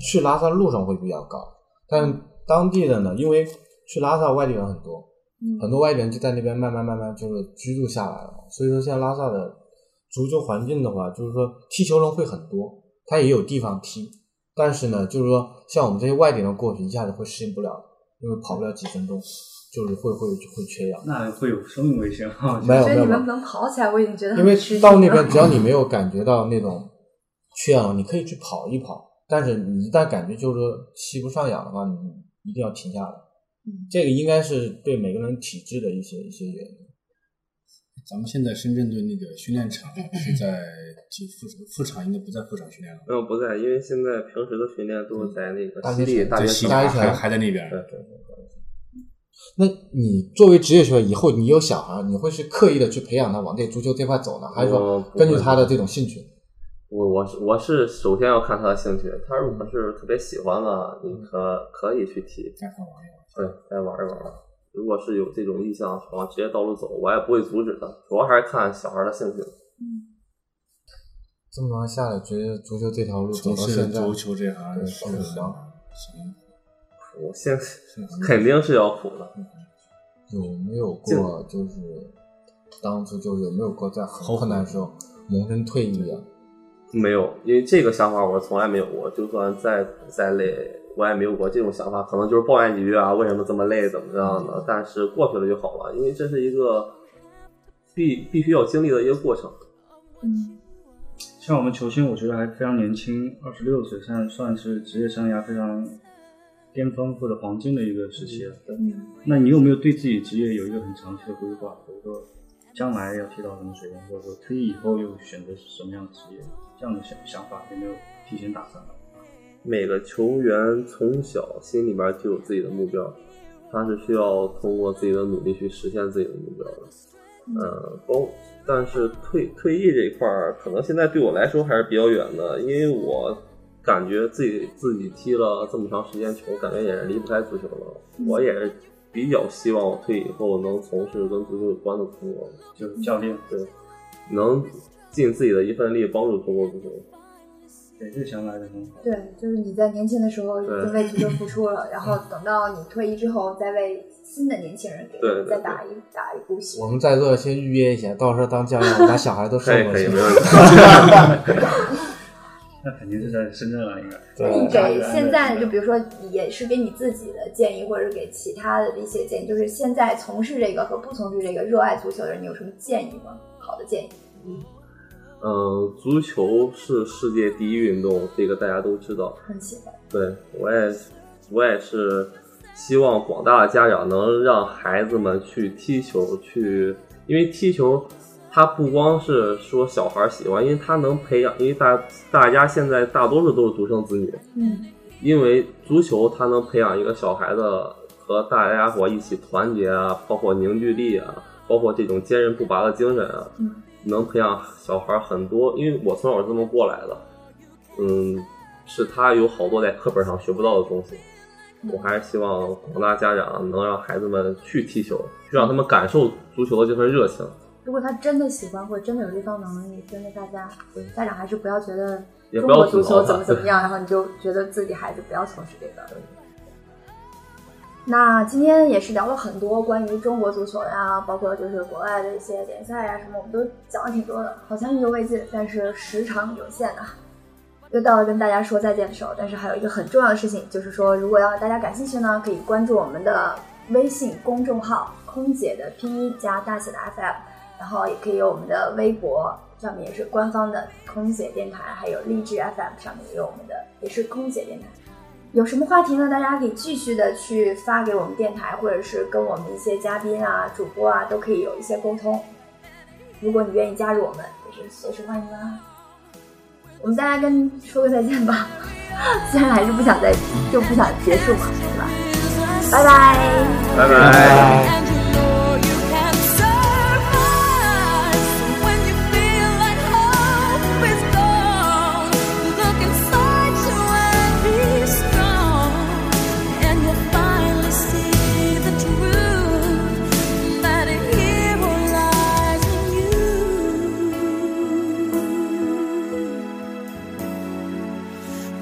E: 去拉萨路上会比较高，但当地的呢，因为去拉萨外地人很多，
B: 嗯
E: 很多外地人就在那边慢慢慢慢就是居住下来了。所以说，现在拉萨的足球环境的话，就是说踢球人会很多，他也有地方踢，但是呢，就是说像我们这些外地人过去，一下子会适应不了，因为跑不了几分钟，就是会会会缺氧。
C: 那会有生命危险啊！
E: 没有
B: 所
E: 没
B: 以
E: 有
B: 你
E: 没有
B: 们，能跑起来，我已经觉得
E: 因
B: 很啊
E: 为
B: 吃惊
E: 到那
B: 了
E: 边，只要你没有感觉到那种缺氧，你可以去跑一跑。但是你一旦感觉就是说吸不上氧的话，你一定要停下来。这个应该是对每个人体质的一些一些原因。
F: 咱们现在深圳的那个训练场是在就副副场应该不在副场训练了，
D: 嗯，不在，因为现在平时的训练都是在那个
E: 大
D: 西丽
E: 学城
D: 大
F: 在
D: 学
F: 西
D: 城
E: 大
F: 甲
E: 学城
F: 还还在那边
D: 对。对对
E: 那你作为职业球员，以后你有小孩，你会是刻意的去培养他往这足球这块走呢，还是
D: 我
E: 说
D: 不会
E: 根据他的这种兴趣？
D: 我我是我是首先要看他的兴趣，他如果是特别喜欢了，你可可以去踢，
F: 嗯再看网友，
D: 对，再玩一玩吧。如果是有这种意向往职业道路走，我也不会阻止他，主要还是看小孩的兴趣。
E: 这么长下来，觉得足球这条路走
F: 从
E: 到
F: 事
E: 现在，
F: 足球这行
E: 对
F: 是
E: 很
F: 很
E: 忙
F: 行
D: 我现在
F: 是很
D: 肯定是要苦
F: 嗯
D: 的，
E: 有没有过就是当初就是有没有过在很困难的时候萌生退意啊？
D: 没有，因为这个想法我从来没有过，就算再苦再累，我也没有过这种想法。可能就是抱怨几句啊，为什么这么累，怎么样
F: 嗯
D: 的，但是过去了就好了，因为这是一个必必须要经历的一个过程。
C: 像我们球星，我觉得还非常年轻，二十六岁，算算是职业生涯非常巅峰或者黄金的一个时期了。那你有没有对自己职业有一个很长期的规划？比如说将来要踢到什么水平，或者说退役以后又选择是什么样的职业？这样的想想法有没有提前打算？
D: 每个球员从小心里边就有自己的目标，他是需要通过自己的努力去实现自己的目标的。呃，包，但是退退役这一块儿，可能现在对我来说还是比较远的，因为我感觉自己自己踢了这么长时间球，感觉也是离不开足球了。我也是比较希望我退役以后能从事跟足球有关的工作，
C: 就是教练，
D: 对，能尽自己的一份力帮助中国足球。
C: 对这个想法是很好。
B: 对，就是你在年轻的时候已
D: 对
B: 经为足球付出了，然后等到你退役之后，再为新的年轻人给
D: 对对
B: 再打一打一股血
E: 我。们在座的先预约一下，到时候 当教练，我把小孩都收
D: 可以
E: 过
D: 可以，
E: 去
D: 没。问 题。
C: 那肯定是在深圳了，应该。
B: 那你
C: 对
B: 给现在就比如说，也是给你自己的建议，或者是给其他的一些建议，就是现在从事这个和不从事这个热爱足球的人，你有什么建议吗？好的建议。
D: 嗯，足球是世界第一运动，这个大家都知道。
B: 很喜欢，
D: 对我也，我也是希望广大的家长能让孩子们去踢球，去，因为踢球，它不光是说小孩喜欢，因为它能培养，因为大大家现在大多数都是独生子女，
B: 嗯，
D: 因为足球它能培养一个小孩子和大家伙一起团结啊，包括凝聚力啊，包括这种坚韧不拔的精神啊，
B: 嗯
D: 能培养小孩很多。因为我从小是这么过来的，嗯，是他有好多在课本上学不到的东西。我还是希望广大家长能让孩子们去踢球，去让他们感受足球的这份热情。
B: 如果他真的喜欢，或者真的有这方能力，真的大家
D: 对
B: 家长还是不要觉得
D: 也
B: 中
D: 不要
B: 国足
D: 阻
B: 球
D: 挠他
B: 怎么 怎么样，然后你就觉得自己孩子不要从事这个。那今天也是聊了很多关于中国足球呀，包括就是国外的一些联赛呀什么，我们都讲了挺多的，好像意犹未尽，但是时长有限啊。又到了跟大家说再见的时候，但是还有一个很重要的事情，就是说，如果要大家感兴趣呢，可以关注我们的微信公众号“空姐的拼音加大写的 FM”，然后也可以有我们的微博，上面也是官方的空姐电台，还有励志 FM 上面也有我们的，也是空姐电台。有什么话题呢？大家可以继续的去发给我们电台，或者是跟我们一些嘉宾啊、主播啊，都可以有一些沟通。如果你愿意加入我们，也是随时欢迎啦。我们大家跟说个再见吧， 虽然还是不想再就不想结束嘛，对吧？拜拜。
D: 拜拜。
J: And you know you can survive when you feel like hope is gone. Look inside you and be strong, and you'll finally see the truth that a hero lies in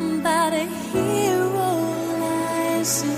J: you. That a hero lies
A: Mm,
J: in